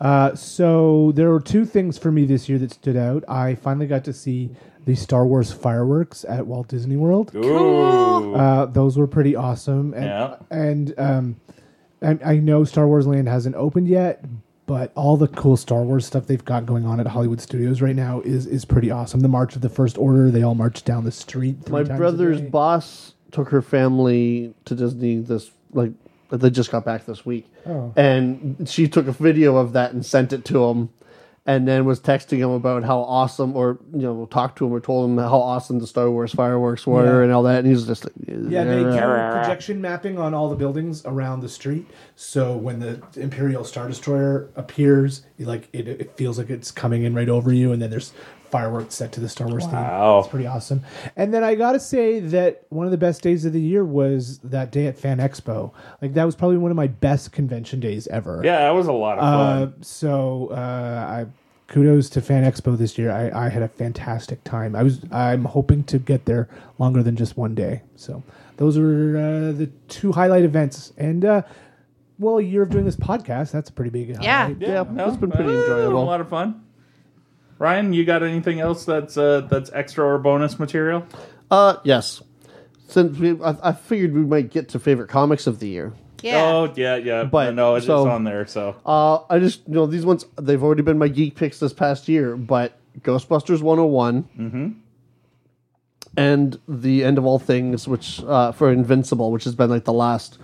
Uh, so there were two things for me this year that stood out. I finally got to see the Star Wars fireworks at Walt Disney World. Ooh. Uh, those were pretty awesome. And, Yeah. And um, I, I know Star Wars Land hasn't opened yet, but all the cool Star Wars stuff they've got going on at Hollywood Studios right now is is pretty awesome. The March of the First Order, they all march down the street. three my times a brother's day. boss took her family to Disney this like they just got back this week, Oh. and she took a video of that and sent it to him, and then was texting him about how awesome, or you know, talked to him or told him how awesome the Star Wars fireworks were Yeah. and all that, and he's just like, Yeah, they do projection mapping on all the buildings around the street. So when the Imperial Star Destroyer appears, you like it, it feels like it's coming in right over you, and then there's fireworks set to the Star Wars Wow. theme. It's pretty awesome. And then I gotta say that one of the best days of the year was that day at Fan Expo. Like that was probably one of my best convention days ever. Yeah, that was a lot of Uh, fun. so uh, I kudos to Fan Expo this year. I, I had a fantastic time. I was I'm hoping to get there longer than just one day. So those are uh, the two highlight events. And uh, well, a year of doing this podcast, that's a pretty big Yeah. highlight. yeah, it's been pretty uh, enjoyable. A lot of fun. Ryan, you got anything else that's uh, that's extra or bonus material? Uh, yes. Since we, I, I figured we might get to favorite comics of the year. yeah. Oh yeah, yeah. But, no, it's so- on there. So Uh, I just you know these ones they've already been my geek picks this past year, but Ghostbusters 101 and the End of All Things, which uh, for Invincible, which has been like the last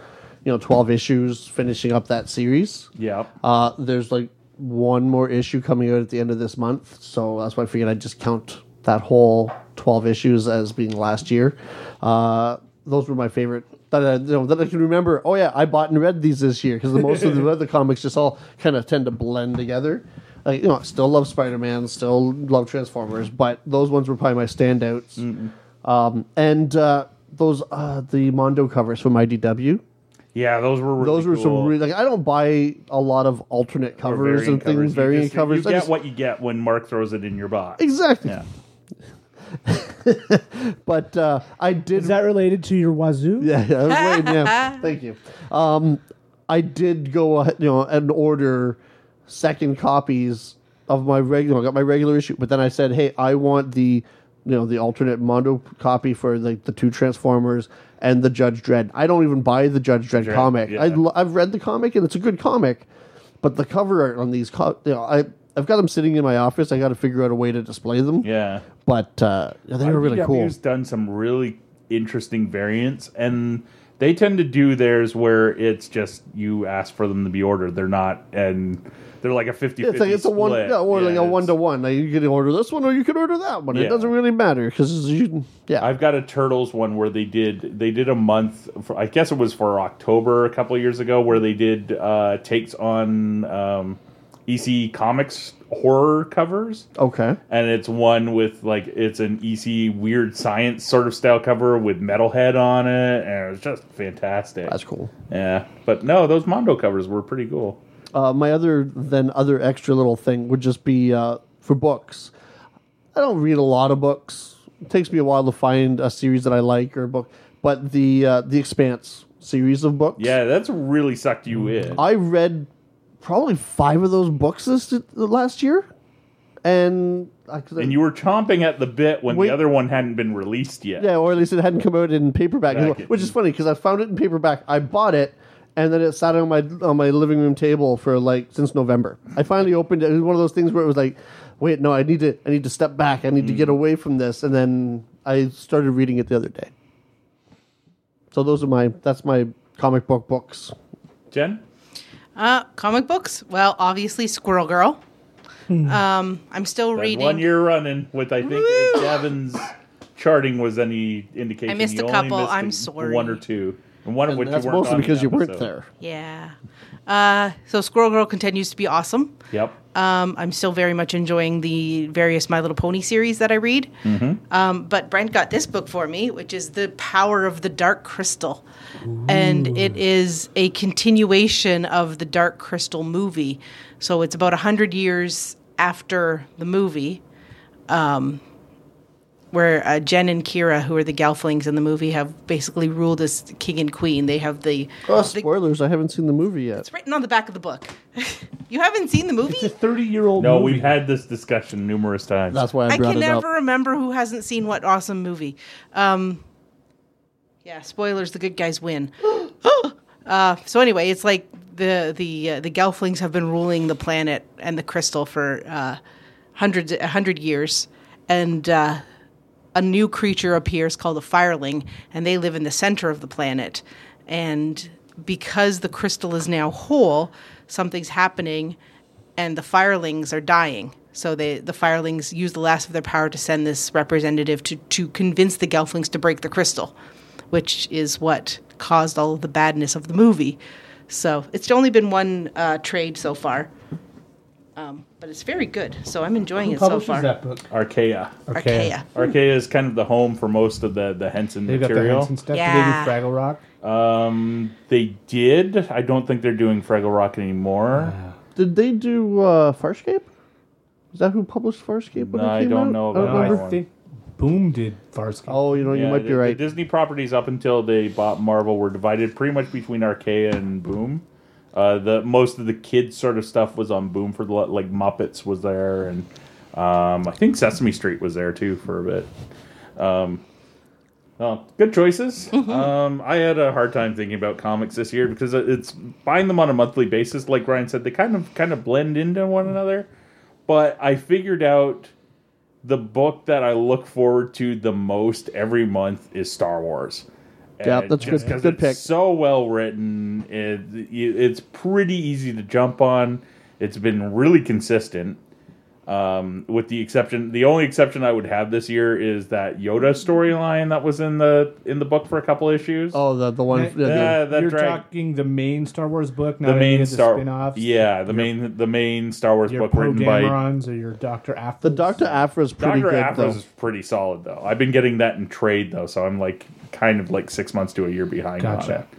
you know twelve issues, finishing up that series. yeah, Uh, there's like one more issue coming out at the end of this month, so that's why I figured I'd just count that whole 12 issues as being last year. Uh, those were my favorite that I, you know, that I can remember. Oh yeah, I bought and read these this year because the most of the other comics just all kind of tend to blend together. Like you know, I still love Spider Man, still love Transformers, but those ones were probably my standouts. Um, and uh, those uh, the Mondo covers from IDW yeah. Those were really those were cool. some really like I don't buy a lot of alternate Or covers variant and things, You variant just- covers. You I get just- what you get when Mark throws it in your box. exactly. Yeah. But uh, I did. Is that related to your wazoo? yeah, yeah, I was waiting, yeah. Thank you. Um, I did go, ahead, you know, and order second copies of my regular. I got my regular issue, but then I said, "Hey, I want the, you know, the alternate Mondo copy for like the two Transformers and the Judge Dredd." I don't even buy the Judge Dredd Dredd, comic. yeah. I lo- I've read the comic and it's a good comic, but the cover art on these, co- you know, I I've got them sitting in my office. I got to figure out a way to display them. Yeah. But uh, they were really cool. IDW's done some really interesting variants, and They tend to do theirs where it's just you ask for them to be ordered. They're not, and they're like a 50 It's like it's a one, yeah, or like a one to one. Like you can order this one or you can order that one. Yeah. It doesn't really matter because you, yeah, I've got a turtles one where they did they did a month. For, I guess it was for October a couple of years ago where they did uh, takes on um, EC Comics horror covers. okay, and it's one with like it's an EC weird science sort of style cover with metalhead on it, and it's just fantastic. that's cool. Yeah, but no, those Mondo covers were pretty cool. Uh, my other then other extra little thing would just be uh, for books. I don't read a lot of books. It takes me a while to find a series that I like or a book, but the uh, the Expanse series of books. Yeah, that's really sucked you in. I read probably five of those books this last year, and I, and you were chomping at the bit when Wait. the other one hadn't been released yet. Yeah, or at least it hadn't come out in paperback, Back it- which is funny because I found it in paperback. I bought it, and then it sat on my on my living room table for like since November. I finally opened it. It was one of those things where it was like, wait, no, I need to I need to step back. I need to get away from this. And then I started reading it the other day. So those are my that's my comic book books. Jen, Uh, comic books? Well, obviously Squirrel Girl. um, I'm still That reading. one year running with I think if Gavin's charting was any indication. I missed a you only couple. missed I'm a- sorry. One or two, and one of And which that's you weren't mostly on the because you weren't episode. there. Yeah. Uh, so Squirrel Girl continues to be awesome. Yep. Um, I'm still very much enjoying the various My Little Pony series that I read. Um, but Brent got this book for me, which is The Power of the Dark Crystal. And it is a continuation of the Dark Crystal movie. So it's about 100 years after the movie. um, where uh, Jen and Kira, who are the Gelflings in the movie, have basically ruled as king and queen. They have the Oh, spoilers! I haven't seen the movie yet. it's written on the back of the book. you haven't seen the It's a movie? thirty-year-old. No, movie. we've had this discussion numerous times. That's why I I brought can it never up. remember who hasn't seen what awesome movie. Um, yeah, spoilers: the good guys win. uh, so anyway, it's like the the uh, the Gelflings have been ruling the planet and the crystal for uh, hundreds a hundred years, and uh, a new creature appears called a fireling, and they live in the center of the planet. And because the crystal is now whole, something's happening, and the firelings are dying. So they, the firelings use the last of their power to send this representative to, to convince the Gelflings to break the crystal, which is what caused all of the badness of the movie. So it's only been one uh, trade so far, um, but it's very good. So I'm enjoying it so Publishes far. that book. Archaea. Okay. Archaea. Archaea is kind of the home for most of the the Henson They've got the material. Hanson stuff. They Yeah. do Fraggle Rock. they did. I don't think they're doing Fraggle Rock Uh, anymore. Did they do uh, Farscape? Is that who published Farscape? When No, it I came don't out? know I about don't that remember. one. I think Boom did Farscape. Oh, you know, you Yeah, might the, be right. The Disney properties up until they bought Marvel were divided pretty much between Archaea and Boom. Uh, the most of the kids sort of stuff was on Boom for the lo- like Muppets was there, and um, I think Sesame Street was there too for a bit. Um, well, good choices. Um, I had a hard time thinking about comics this year because it- it's buying them on a monthly basis. Like Ryan said, they kind of kind of blend into one another. But I figured out the book that I look forward to the most every month is Star Wars. Yeah, And that's just good- 'cause good it's pick. So well written, it, it's pretty easy to jump on. It's been really consistent. Um, with the exception, the only exception I would have this year is that Yoda storyline that was in the in the book for a couple issues. Oh, the the one. yeah, Yeah, that You're drag- talking the main Star Wars book, not the any main of the Star, spin-offs. yeah, the main the main Star Wars Your book Poe written by Dameron's or your Doctor Aphra. the Doctor Afra is pretty Doctor good Afros is though. pretty solid though. I've been getting that in trade though, so I'm like kind of like six months to a year behind on Gotcha. it.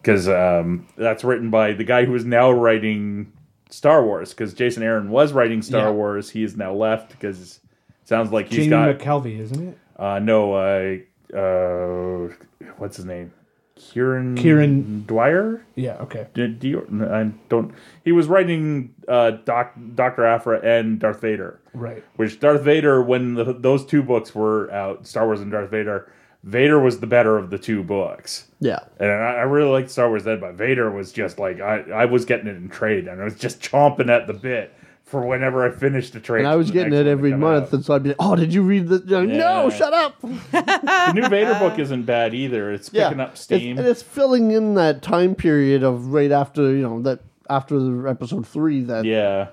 Because um, that's written by the guy who is now writing Star Wars. Because Jason Aaron was writing Star Yeah. Wars, he is now left because sounds like he's Jamie got McKelvey, isn't it? uh, no uh, uh, what's his name Kieran Kieran- Dwyer Yeah. Okay. did do you- no, I don't. He was writing uh, Doc, Doctor Afra and Darth Vader, Right. which Darth Vader, when the, those two books were out, Star Wars and Darth Vader, Vader was the better of the two books. Yeah, And I, I really liked Star Wars then, but Vader was just like I, I was getting it in trade, and I was just chomping at the bit for whenever I finished the trade. And I was getting it every month, and so I'd be like, "Oh, did you read the? Like, Yeah. No, shut up." The new Vader book isn't bad either. It's picking up It's- steam. and it's filling in that time period of right after you know that after the episode three that yeah.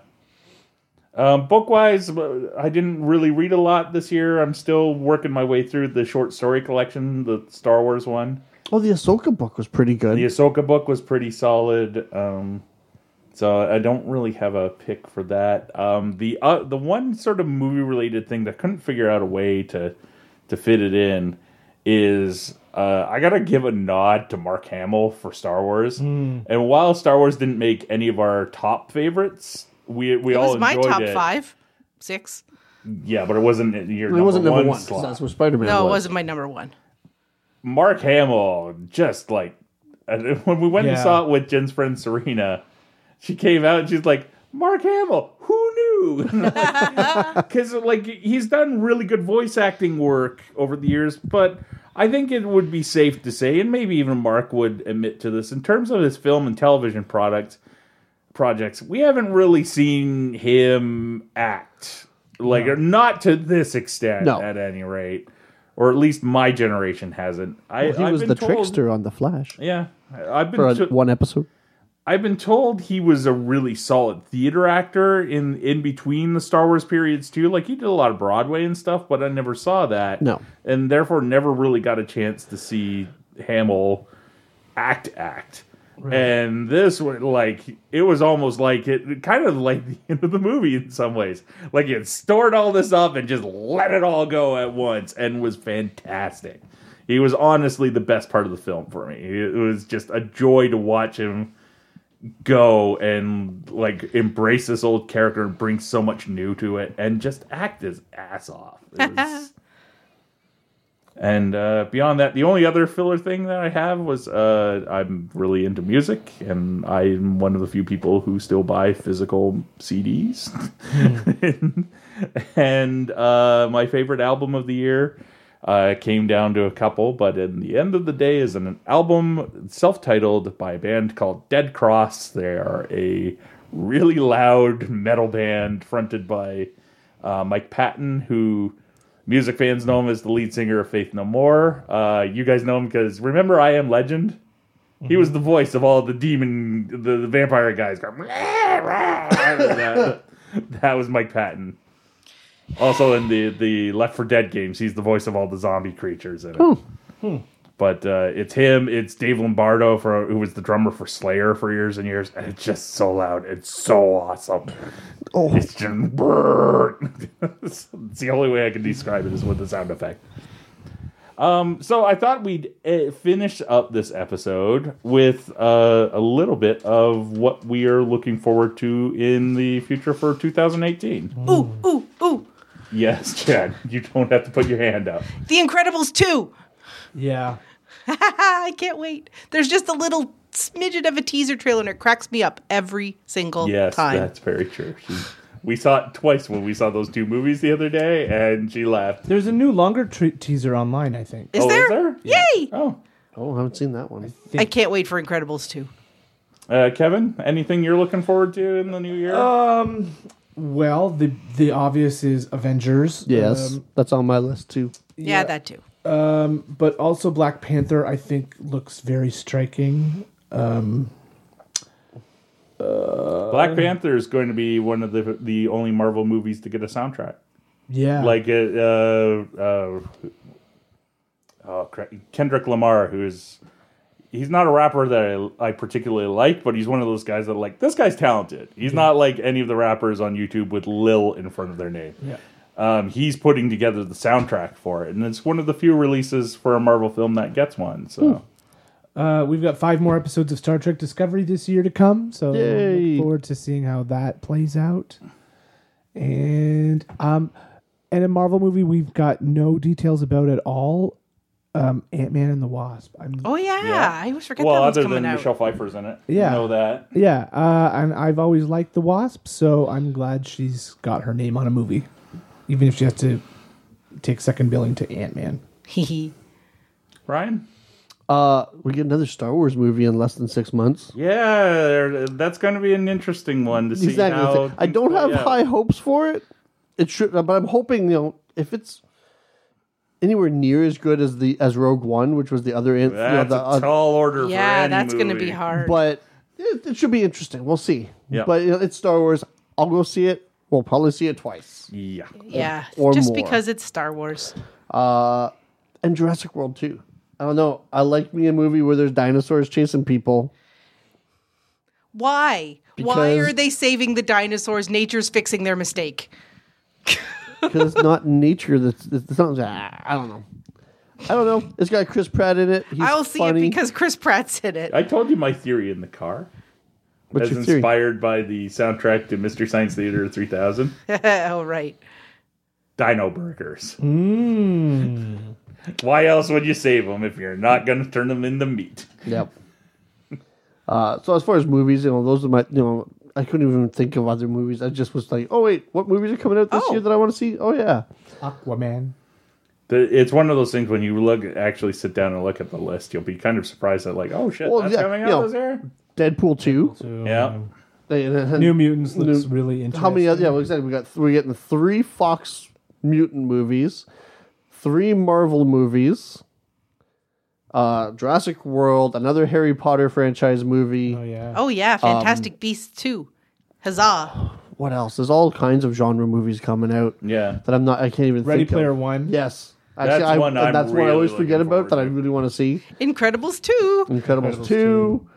Um, book wise, I didn't really read a lot this year. I'm still working my way through the short story collection, the Star Wars one. oh the Ahsoka book was pretty good. The Ahsoka book was pretty solid. Um, so I don't really have a pick for that. Um, the uh, the one sort of movie related thing that I couldn't figure out a way to to fit it in is uh, I gotta give a nod to Mark Hamill for Star Wars. Hmm. And while Star Wars didn't make any of our top favorites, we we It all was my enjoyed top it. five, six. Yeah, but it wasn't your it wasn't number one. 'cause slot. That's where Spider Man. No, it was. wasn't my number one. Mark Hamill, just like and when we went and Yeah. saw it with Jen's friend Serena, she came out and she's like, "Mark Hamill, who knew?" Because like he's done really good voice acting work over the years, but I think it would be safe to say, and maybe even Mark would admit to this, in terms of his film and television products projects, we haven't really seen him act like not to this extent No. at any rate or at least my generation hasn't. I He I've was been the told- trickster on the Flash Yeah, I've for been a, to- one episode. I've been told he was a really solid theater actor in in between the Star Wars periods too. Like he did a lot of Broadway and stuff, but I never saw that. No. and therefore never really got a chance to see Hamill act act. And this one, like it was almost like it, kind of like the end of the movie in some ways. Like he had stored all this up and just let it all go at once, and was fantastic. He was honestly the best part of the film for me. It was just a joy to watch him go and like embrace this old character and bring so much new to it and just act his ass off. It was- and uh, beyond that, the only other filler thing that I have was uh, I'm really into music, and I'm one of the few people who still buy physical CDs. and uh, my favorite album of the year uh, came down to a couple, but in the end of the day, is an album self-titled by a band called Dead Cross. They are a really loud metal band fronted by uh, Mike Patton, who music fans know him as the lead singer of Faith No More. Uh, you guys know him because remember I Am Legend. He was the voice of all the demon, the, the vampire guys. going, "Rah, rah." that, that was Mike Patton. Also in the the Left for Dead games, he's the voice of all the zombie creatures in it. But uh, it's him. It's Dave Lombardo for who was the drummer for Slayer for years and years, and it's just so loud. It's so awesome. Oh, it's just it's the only way I can describe it is with the sound effect. Um, so I thought we'd uh, finish up this episode with uh, a little bit of what we are looking forward to in the future for 2018. Ooh, ooh, ooh. Yes, Chad, you don't have to put your hand up. The Incredibles 2. Yeah. I can't wait. There's just a little smidget of a teaser trailer and it cracks me up every single Yes, time. that's very true. She- we saw it twice when we saw those two movies the other day, and she laughed. There's a new longer tre- teaser online, I think. Is oh, there? is there? Yay! Oh, Oh, I haven't seen that one. I can't wait for Incredibles 2. uh, Kevin, anything you're looking forward to in the new year? Well, the the obvious is Avengers. Yes, um, that's on my list too. Yeah, that too. but also Black Panther, I think, looks very striking. Black Panther is going to be one of the the only Marvel movies to get a soundtrack. Yeah. Like uh, uh, uh, oh, crap. Kendrick Lamar, who's he's not a rapper that I, I particularly like, but he's one of those guys that like this guy's talented. He's not like any of the rappers on YouTube with Lil in front of their name. Yeah. Um, he's putting together the soundtrack for it, and it's one of the few releases for a Marvel film that gets one. So. Hmm. Uh, we've got five more episodes of Star Trek Discovery this year to come, so Yay. look forward to seeing how that plays out. And um, and a Marvel movie we've got no details about at all. Um, Ant Man and the Wasp. I'm Oh, yeah. Yeah. I always forget well, that one's other coming than out. Michelle Pfeiffer's in it, Yeah. you know that. yeah, uh, and I've always liked the Wasp, so I'm glad she's got her name on a movie, even if she has to take second billing to Ant Man. Hee hee. Ryan, Uh, we get another Star Wars movie in less than six months. Yeah, there- that's going to be an interesting one to see exactly. how. I things don't play have out. high hopes for it. It should, but I'm hoping you know if it's anywhere near as good as the as Rogue One, which was the other end. you know, That's the, a uh, tall order. for Yeah, any that's going to movie. be hard. but it, it should be interesting. We'll see. Yeah. But you know, it's Star Wars. I'll go see it. We'll probably see it twice. Yeah, yeah, or just more. because it's Star Wars. And Jurassic World too. I don't know. I like me a movie where there's dinosaurs chasing people. Why? Why Because- are they saving the dinosaurs? Nature's fixing their mistake. because it's not nature. That's it's not. I don't know. I don't know. It's got Chris Pratt in it. He's I'll see funny. it because Chris Pratt's in it. I told you my theory in the car. What's as your theory? inspired by the soundtrack to Mr. Science Theater 3000, oh, right. Dino Burgers. Hmm. Why else would you save them if you're not going to turn them into meat? Yep. Uh, so as far as movies, you know, those are my. You know, I couldn't even think of other movies. I just was like, oh wait, what movies are coming out this Oh. year that I want to see? Oh yeah, Aquaman. The- It's one of those things when you look, actually sit down and look at the list, you'll be kind of surprised that, like, oh shit, Well, that's yeah, coming out you know, this year. Deadpool two. Yeah. They- and- and New Mutants looks New- really interesting. How many? Other, yeah, well, exactly. We got we're getting three Fox mutant movies, three Marvel movies. Uh, Jurassic World, another Harry Potter franchise movie. Oh yeah. Oh, yeah. Fantastic Um, Beasts 2. Huzzah. what else? There's all kinds of genre movies coming out Yeah. that I'm not. I can't even. Ready think Player of. One. Yes, That's I, one and I'm that's what I really always looking forget about forward that I to. really want to see. Incredibles 2. Incredibles, two.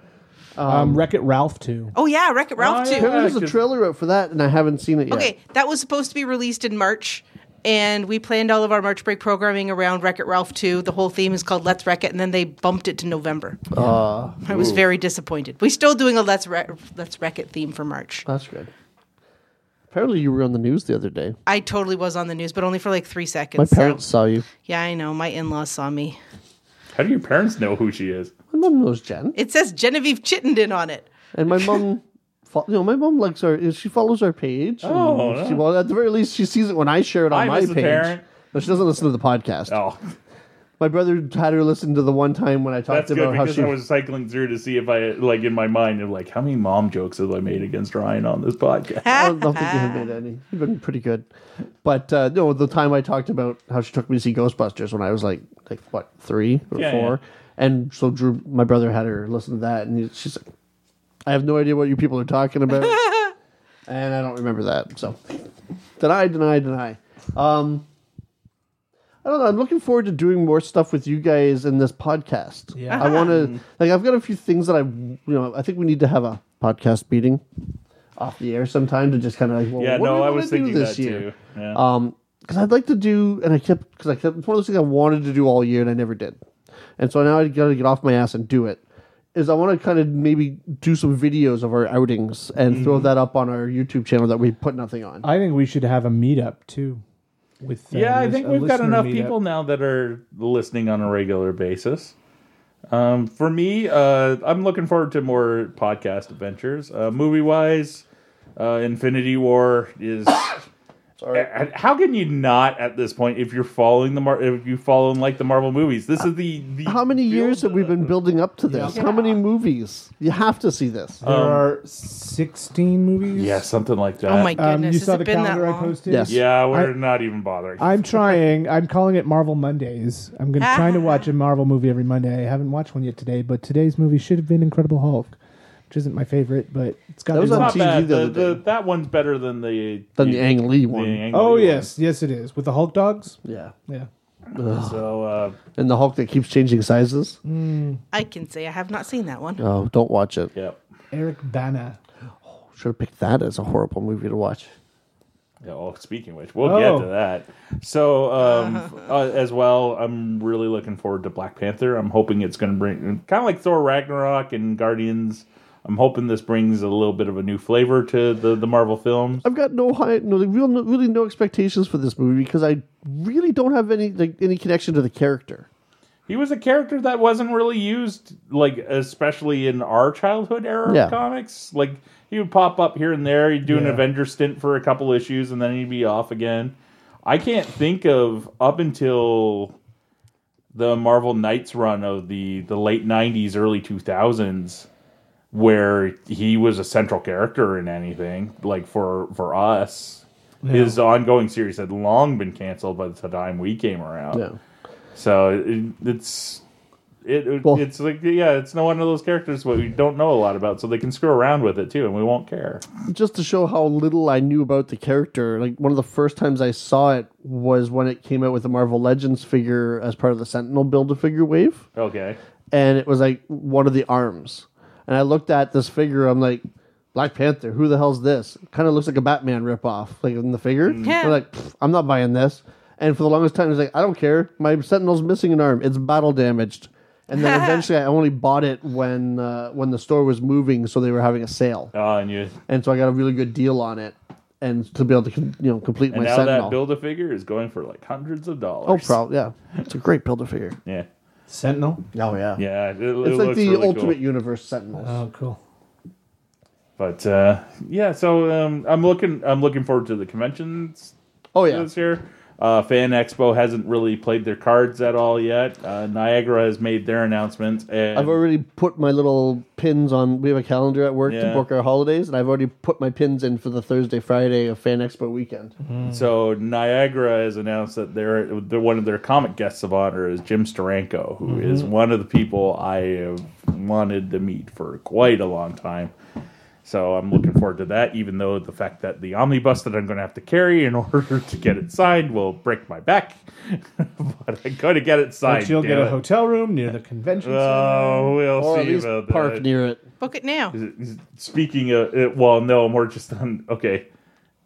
Um, Wreck It Ralph too. Oh, yeah. Wreck It Ralph Oh, yeah. 2. Apparently there's a 'cause- trailer out for that, and I haven't seen it yet. Okay, that was supposed to be released in March, and we planned all of our March break programming around Wreck It Ralph 2. The whole theme is called Let's Wreck It, and then they bumped it to November. I was very disappointed. We're still doing a Let's, Wreck Let's Wreck It theme for March. that's good. Apparently, you were on the news the other day. I totally was on the news, but only for like three seconds. My so- parents saw you. Yeah, I know. My in laws saw me. How do your parents know who she is? My mom knows Jen, It says Genevieve Chittenden on it. and my mom. fo- You know, my mom likes our. She follows our page. and Oh, she, no. well, at the very least, she sees it when I share it on I'm my as a page. parent. But she doesn't listen to the podcast. Oh, My brother had her listen to the one time when I talked that's about good how because she I was cycling through to see if I, like, in my mind, I'm like, how many mom jokes have I made against Ryan on this podcast? I don't think you have made any. You've been pretty good. But uh, no, the time I talked about how she took me to see Ghostbusters when I was like, like what, three or Yeah, four? And so Drew, my brother, had her listen to that, and he- she's like, "I have no idea what you people are talking about," and I don't remember that. So deny, deny, deny. Um, I don't know. I'm looking forward to doing more stuff with you guys in this podcast. Yeah. I want to like. I've got a few things that I, you know, I think we need to have a podcast meeting off the air sometime to just kind of like, well, yeah, what do we no, I wanna was do thinking this that too. year? Yeah. Um, because I'd like to do, and I kept because I kept it's one of those things I wanted to do all year and I never did, and so now I got to get off my ass and do it. Is I want to kind of maybe do some videos of our outings and throw Mm-hmm. that up on our YouTube channel that we put nothing on. I think we should have a meetup too. With uh, Yeah, I lis- think a we've got listener enough meetup. people now that are listening on a regular basis. Um, for me, uh, I'm looking forward to more podcast adventures. Uh, movie wise, uh, Infinity War is. Uh, How can you not at this point if you're following the Mar- if you follow and like the Marvel movies? This is the, the How many years have we been building up to this? How many movies? You have to see this. Um, There are sixteen movies. yeah something like that. Oh my Um, goodness. you saw Has the it been that calendar I long? posted. Yes. yeah, we're I- not even bothering. I'm trying. I'm calling it Marvel Mondays. I'm gonna trying to watch a Marvel movie every Monday. I haven't watched one yet today, but today's movie should have been Incredible Hulk, which isn't my favorite, but it's got. That to was be on watched. not TV bad. the The, other the, day. that one's better than the Than the Ang Lee the one. Ang Oh Lee one. yes, yes it is with the Hulk dogs. yeah. Yeah. So uh, And the Hulk that keeps changing sizes. I can say I have not seen that one. Oh, don't watch it. yeah, Eric Bana. Should have picked that as a horrible movie to watch. Yeah, well, speaking of which, we'll Oh. get to that. So, um, uh, as well, I'm really looking forward to Black Panther. I'm hoping it's going to bring, kind of like Thor Ragnarok and Guardians. I'm hoping this brings a little bit of a new flavor to the, the Marvel films. I've got no high, no like, real, no, really no expectations for this movie because I really don't have any like any connection to the character. He was a character that wasn't really used, like, especially in our childhood era Yeah. of comics. Like, he would pop up here and there, he'd do an Yeah. Avenger stint for a couple issues, and then he'd be off again. I can't think of up until the Marvel Knights run of the the late '90s, early 2000s, where he was a central character in anything. Like for for us, his ongoing series had long been canceled by the time we came around. Yeah. So it, it's it, it- Well- it's like yeah, it's no one of those characters what we don't know a lot about, so they can screw around with it too, and we won't care. just to show how little I knew about the character, like one of the first times I saw it was when it came out with the Marvel Legends figure as part of the Sentinel Build a Figure wave, Okay, and it was like one of the arms. And I looked at this figure, I'm like, Black Panther, who the hell's this? Kind of looks like a Batman ripoff, like in the figure. Mm. Yeah. I'm like, "Pfft, I'm not buying this. And for the longest time, I was like, I don't care. My Sentinel's missing an arm. It's battle damaged. And then eventually, I only bought it when uh, when the store was moving, so they were having a sale oh, and you and so I got a really good deal on it, and to be able to con- you know complete and my now sentinel. that build a figure is going for like hundreds of oh, dollars. probably yeah, it's a great build a figure. yeah, Sentinel. Oh yeah, it, it It's like looks the really Ultimate cool. Universe Sentinels. Oh, cool. But uh, yeah, so um, I'm looking I'm looking forward to the conventions oh yeah, this year. Uh, Fan Expo hasn't really played their cards at all yet. Uh, Niagara has made their announcement, and I've already put my little pins on. We have a calendar at work Yeah. to book our holidays, and I've already put my pins in for the Thursday Friday of Fan Expo weekend. Mm-hmm. So Niagara has announced that their their- one of their comic guests of honor is Jim Steranko, who Mm-hmm. is one of the people I have wanted to meet for quite a long time. So I'm looking forward to that. Even though the fact that the omnibus that I'm going to have to carry in order to get it signed will break my back, but I'm going to get it signed. But you'll get damn a it. hotel room near the convention Oh, we'll Or at see least about park that. near it. Book it now. Speaking of, it- well, no, more just on. Okay,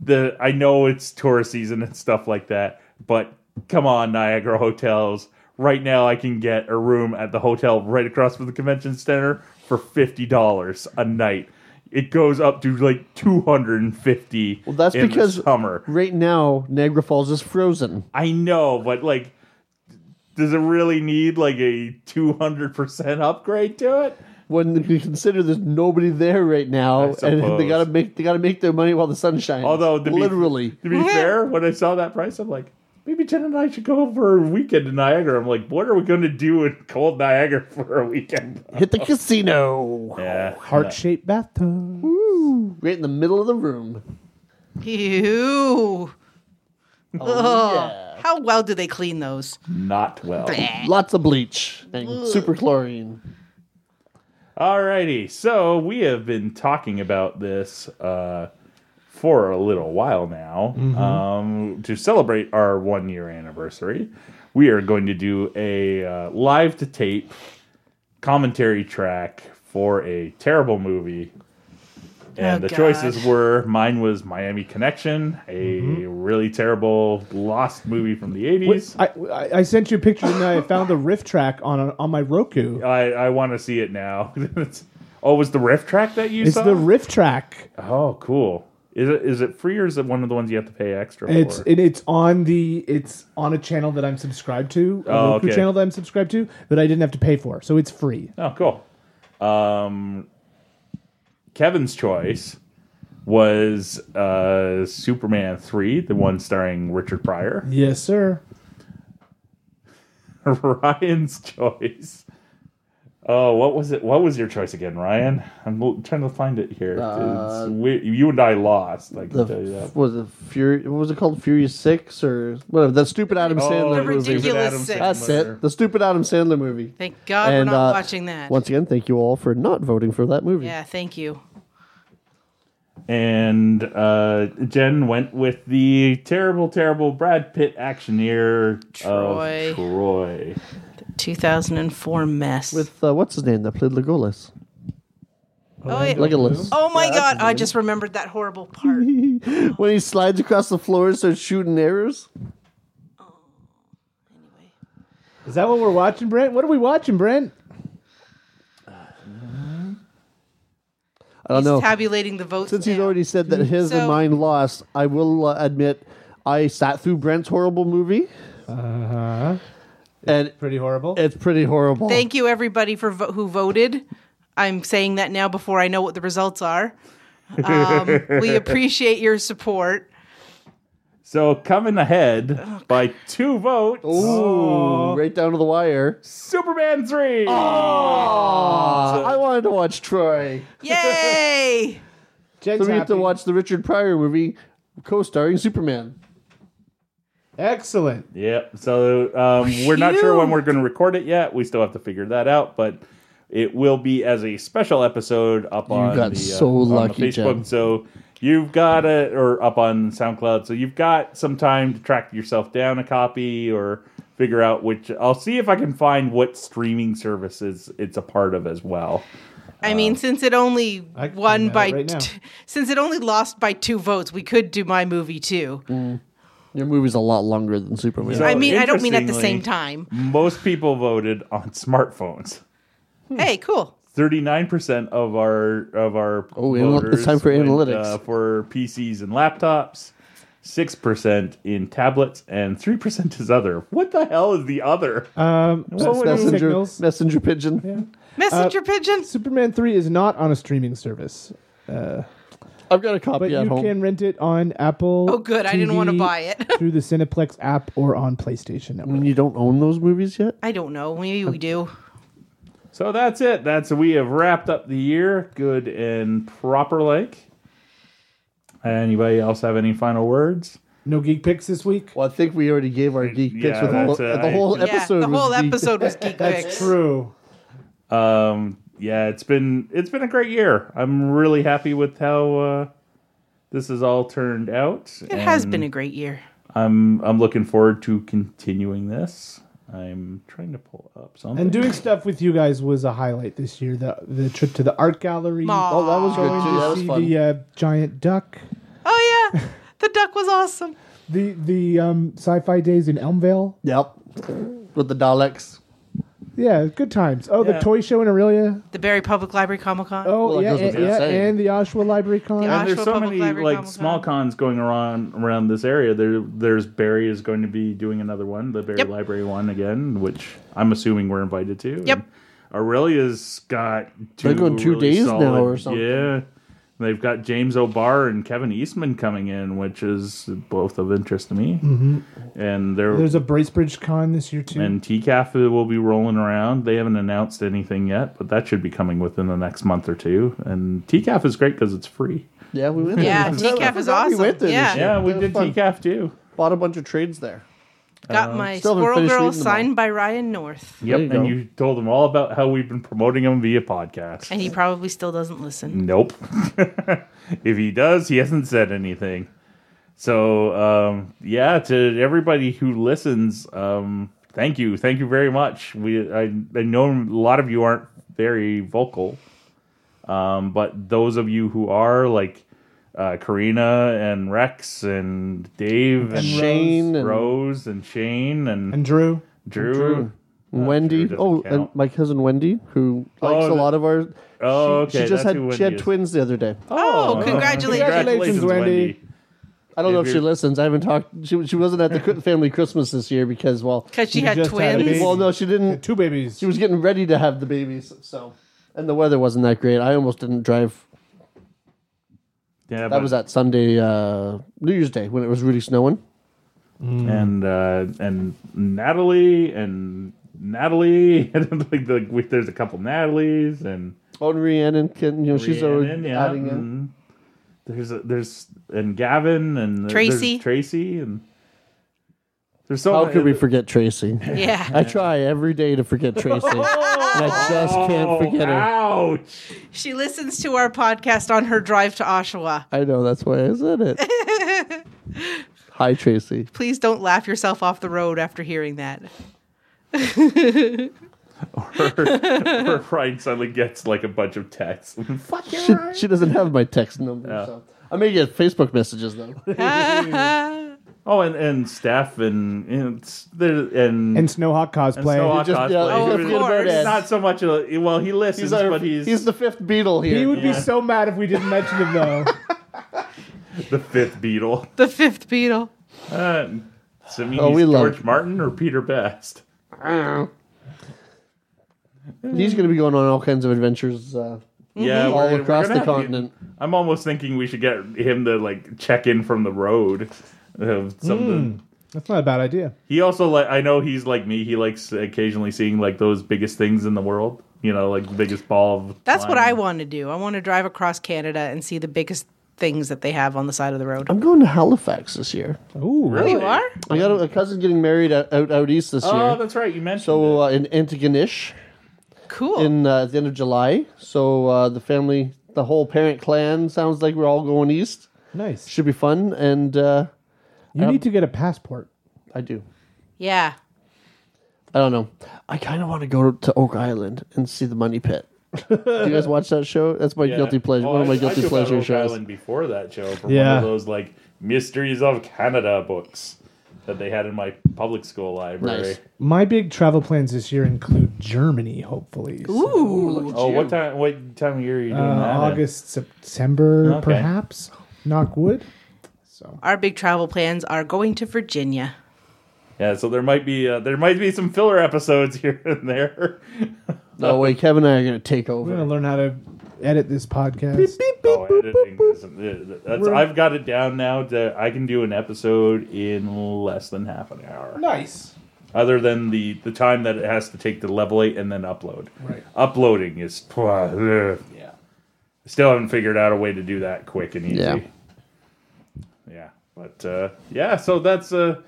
the I know it's tourist season and stuff like that, but come on, Niagara hotels. Right now, I can get a room at the hotel right across from the convention center for fifty dollars a night. It goes up to like two hundred and fifty. Well, That's because summer. right now Niagara Falls is frozen. I know, but like, does it really need like a two hundred percent upgrade to it? When you consider there's nobody there right I now, and suppose. they gotta make they gotta make their money while the sun shines. Although to be- literally, to be fair, when I saw that price, I'm like, maybe Jen and I should go for a weekend to Niagara. I'm like, what are we going to do in cold Niagara for a weekend? Oh, hit the casino. Yeah, Heart shaped bathtub. right in the middle of the room. Ew. Oh, How well do they clean those? not well. yeah. Lots of bleach and super chlorine. Alrighty, so we have been talking about this uh, for a little while now. Um, to celebrate our one year anniversary, we are going to do a uh, live to tape commentary track for a terrible movie. And Oh, the choices gosh. were mine was Miami Connection, a really terrible lost movie from the 80s. I, I, I sent you a picture and I found the riff track on on my Roku. I, I want to see it now. It's- oh, was the riff track that you It's saw? the riff track. Oh, cool. Is it is it free or is it one of the ones you have to pay extra It's for? and it's on the it's on a channel that I'm subscribed to, a Oh, Roku okay. channel that I'm subscribed to that I didn't have to pay for, so it's free. oh, cool. Um, Kevin's choice was uh, Superman three, the one starring Richard Pryor. Yes, sir. Ryan's choice. Oh, what was it? What was your choice again, Ryan? I'm l- trying to find it here. it's weird. You and I lost. I can Uh, The, tell you that. what was it Fury? What was it called? Furious Six or whatever? The stupid Adam Oh, Sandler the movie. ridiculous six. That's it. The stupid Adam Sandler movie. Thank God And, we're not uh, watching that. Once again, thank you all for not voting for that movie. yeah, thank you. and uh, Jen went with the terrible, terrible Brad Pitt actioneer Troy. of Troy. 2004 mess. With uh, what's his name that played Legolas? oh, yeah. Legolas. Oh my God! I just remembered that horrible part. Oh. When he slides across the floor and starts shooting arrows. Is that what we're watching, Brent? What are we watching, Brent? I don't He's know. tabulating the votes. Since he's now. already said that his So- and mine lost, I will uh, admit I sat through Brent's horrible movie, Uh-huh. and Pretty horrible. it's pretty horrible. Thank you, everybody, for vo- who voted. I'm saying that now before I know what the results are. Um, we appreciate your support. So coming ahead by two votes, Ooh, right down to the wire. Superman three. Aw, I wanted to watch Troy. Yay! Jen's So we get to happy. watch the Richard Pryor movie co-starring Superman. Excellent. Yep. So um, we're not sure when we're going to record it yet. We still have to figure that out, but it will be as a special episode up on got the, uh, so on the lucky, Facebook. Jim. So you've got it, or up on SoundCloud. So you've got some time to track yourself down a copy or figure out which. I'll see if I can find what streaming services it's a part of as well. I mean, since it only I can won find that by right now. t- since it only lost by two votes, we could do my movie too. Your movie's a lot longer than Superman. So- I mean, I don't mean at the interestingly- same time. Most people voted on smartphones. Hey, cool. Thirty-nine percent of our of our Oh, anal- voters it's time for went, analytics. uh, for PCs and laptops. Six percent in tablets and three percent is other. What the hell is the other? Um, would Superman you- messenger, signals. messenger pigeon. Messenger pigeon. Superman 3 is not on a streaming service, I've got a copy but at you home. can rent it on Apple. Oh, good. I didn't wanna TV, buy it. through the Cineplex app or on PlayStation Network. You don't own those movies yet. I don't know. Maybe we do. So that's it. That's we have wrapped up the year good and proper like. Anybody else have any final words? No geek picks this week. Well, I think we already gave our geek picks Yeah, with the that's whole, it. the whole I- episode. yeah, the was whole geek- episode was geek picks. True. Um, yeah, it's been it's been a great year. I'm really happy with how uh, this has all turned out. It has Um, been a great year. I'm I'm looking forward to continuing this. I'm trying to pull up something. And doing stuff with you guys was a highlight this year. The the trip to the art gallery. Aw. Oh, that was good Going too. to That was see fun. the uh, giant duck. Oh yeah, the duck was awesome. The the um, sci-fi days in Elmvale. Yep, with the Daleks. Yeah, good times. Oh, Yeah. the toy show in Aurelia. The Barry Public Library Comic Con. Oh Well, that yeah, goes and, without yeah, saying. and the Oshawa Library Con. The And there's Asheville so Public many Library like Comic small cons going around around this area. There there's Barry is going to be doing another one, the Barry Yep. Library one again, which I'm assuming we're invited to. Yep. And Aurelia's got two They're going two really days solid- now or something. Yeah. They've got James O'Barr and Kevin Eastman coming in, which is both of interest to me. Mm-hmm. And they're There's a Bracebridge Con this year too. and TCAF will be rolling around. They haven't announced anything yet, but that should be coming within the next month or two. And TCAF is great because it's free. Yeah, we went there. Yeah, I forgot- I TCAF is forgot we awesome. went there this Yeah. year. Yeah, we That was did fun. TCAF too. Bought a bunch of trades there. Uh, Got my still haven't Squirrel finished Girl reading them all. signed by Ryan North, Yep, you and go. you told them all about how we've been promoting them via podcast. and he probably still doesn't listen. Nope. if he does, he hasn't said anything. So, um, yeah, to everybody who listens, um, thank you, thank you very much. We, I, I know a lot of you aren't very vocal, um, but those of you who are, like uh, Karina and Rex and Dave and, Shane and- Rose and Shane and, and Drew. Drew. Wendy. doesn't Oh, and count. my cousin Wendy, who likes Oh, a the- lot of our. Oh, she okay, just that's who had she Wendy had is. twins the other day. Oh, uh, congratulations. Congratulations, Wendy. I don't know If if she you're- listens. I haven't talked. She, she wasn't at the cri- family Christmas this year because well, Because she You had just had a twins. baby. well no, she didn't. Two babies. She was getting ready to have the babies, so and the weather wasn't that great. I almost didn't drive. Yeah, That but- was that Sunday, uh, New Year's Day when it was really snowing. Mm-hmm. and uh, and Natalie and Natalie and like the we, there's a couple Natalie's and Oh, and Rhiannon, can, you know, she's always Rhiannon, yeah, Mm. adding in. and There's a, there's and Gavin and there's Tracy. Tracy and there's so How could we forget Tracy? Yeah, I try every day to forget Tracy, and I just Oh, can't forget her. Ouch! she listens to our podcast on her drive to Oshawa. I know that's why I said it. Hi, Tracy. Please don't laugh yourself off the road after hearing that. Her friend suddenly gets like a bunch of texts. Fuck you! She, she doesn't have my text number. So. I may get Facebook messages though. Oh, and and Steph and and s- there and, and Snowhawk cosplay. Snowhawk Just- yeah, cosplay. Oh, of It's course. not so much. A, well, he listens, He's, our, but he's he's the fifth beetle here. He would be so mad if we didn't mention him though. the fifth Beatle. The fifth beetle. Uh, so mean Oh, he's we love- George Martin or Peter Best? He's going to be going on all kinds of adventures uh, Yeah, we're- all we're across gonna the have to- continent. I'm almost thinking we should get him to like check in from the road of some of Hmm. the That's not a bad idea. He also like I know he's like me. He likes occasionally seeing like those biggest things in the world. You know, like the biggest ball of. That's what I slime. want to do. I want to drive across Canada and see the biggest things that they have on the side of the road. I'm going to Halifax this year. Ooh, Oh, Really? you are? I got a, a cousin getting married out, out, out east this Oh, year. that's right. You mentioned. so it. uh, in Antigonish Cool. in uh, at the end of July. So uh, the family, the whole parent clan, sounds like we're all going east. nice. Should be fun, and uh, Um, You need to get a passport. I do. yeah. I don't know. I kind of want to go to Oak Island and see the Money Pit. do you guys watch that show? That's my Yeah. guilty pleasure. Oh, One of my I- I guilty took out pleasure Oak shows. Island before that show for one Yeah. of those like mysteries of Canada books that they had in my public school library. Nice. My big travel plans this year include Germany, hopefully. So, Ooh. Oh, what time? What time of year are you doing uh, that? in? August, September, Okay. perhaps. Knock wood. So Our big travel plans are going to Virginia. Yeah, so there might be uh, there might be some filler episodes here and there. No way, Kevin and I are going to take we're over. gonna learn how to edit this podcast. Oh, editing is- uh, that's, I've got it down now. To, I can do an episode in less than half an hour. Nice. Other than the, the time that it has to take to level eight and then upload. Right. Uploading is yeah. Still haven't figured out a way to do that quick and easy. Yeah. Yeah. But uh, yeah, so that's uh,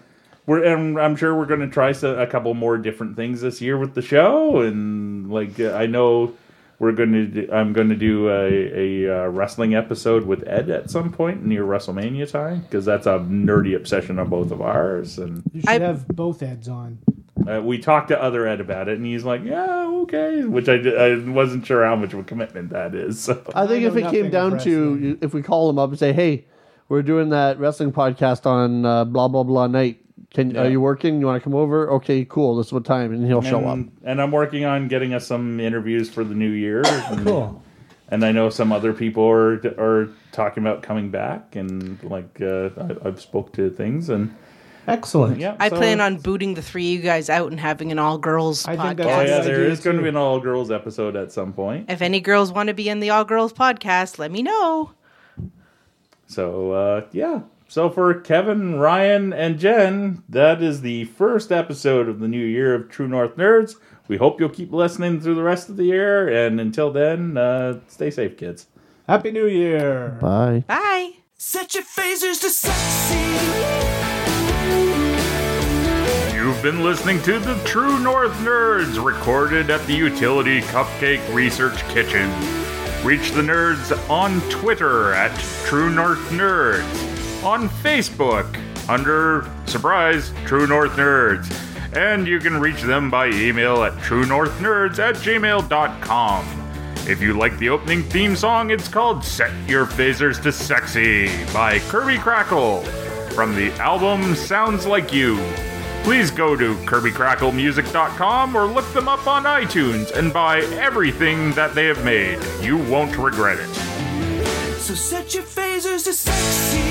we're and I'm sure we're going to try so, a couple more different things this year with the show, and like uh, I know we're going to do, I'm going to do a, a uh, wrestling episode with Ed at some point near WrestleMania time because that's a nerdy obsession on both of ours, and You should I- have both Eds on. uh, we talked to other Ed about it, and he's like, "Yeah, okay," which I, di- I wasn't sure how much of a commitment that is. So. I think I if know it came nothing down of to you- if we call them up and say, "Hey, we're doing that wrestling podcast on uh, blah blah blah night. Can are you working? You want to come over? Okay, cool. This is what time, and he'll show up. and, and I'm working on getting us some interviews for the new year. And, Cool. and I know some other people are are talking about coming back, and like uh, I, I've spoke to things, and Excellent. yeah, I so- plan on booting the three of you guys out and having an all girls I think podcast. that's Oh Good yeah, idea, there is going to too. be an all girls episode at some point. If any girls want to be in the all girls podcast, let me know. So uh, yeah. So for Kevin, Ryan, and Jen, that is the first episode of the new year of True North Nerds. We hope you'll keep listening through the rest of the year, and until then, uh, stay safe, kids. Happy New Year. Bye. Bye. Set your phasers to sexy. You've been listening to the True North Nerds, recorded at the Utility Cupcake Research Kitchen. Reach the nerds on Twitter at True North Nerds, on Facebook under Surprise True North Nerds, and you can reach them by email at truenorthnerds at gmail.com. If you like the opening theme song, it's called Set Your Phasers to Sexy by Kirby Crackle from the album Sounds Like You please go to kirbycracklemusic.com or look them up on iTunes and buy everything that they have made. You won't regret it. So set your phasers to sexy.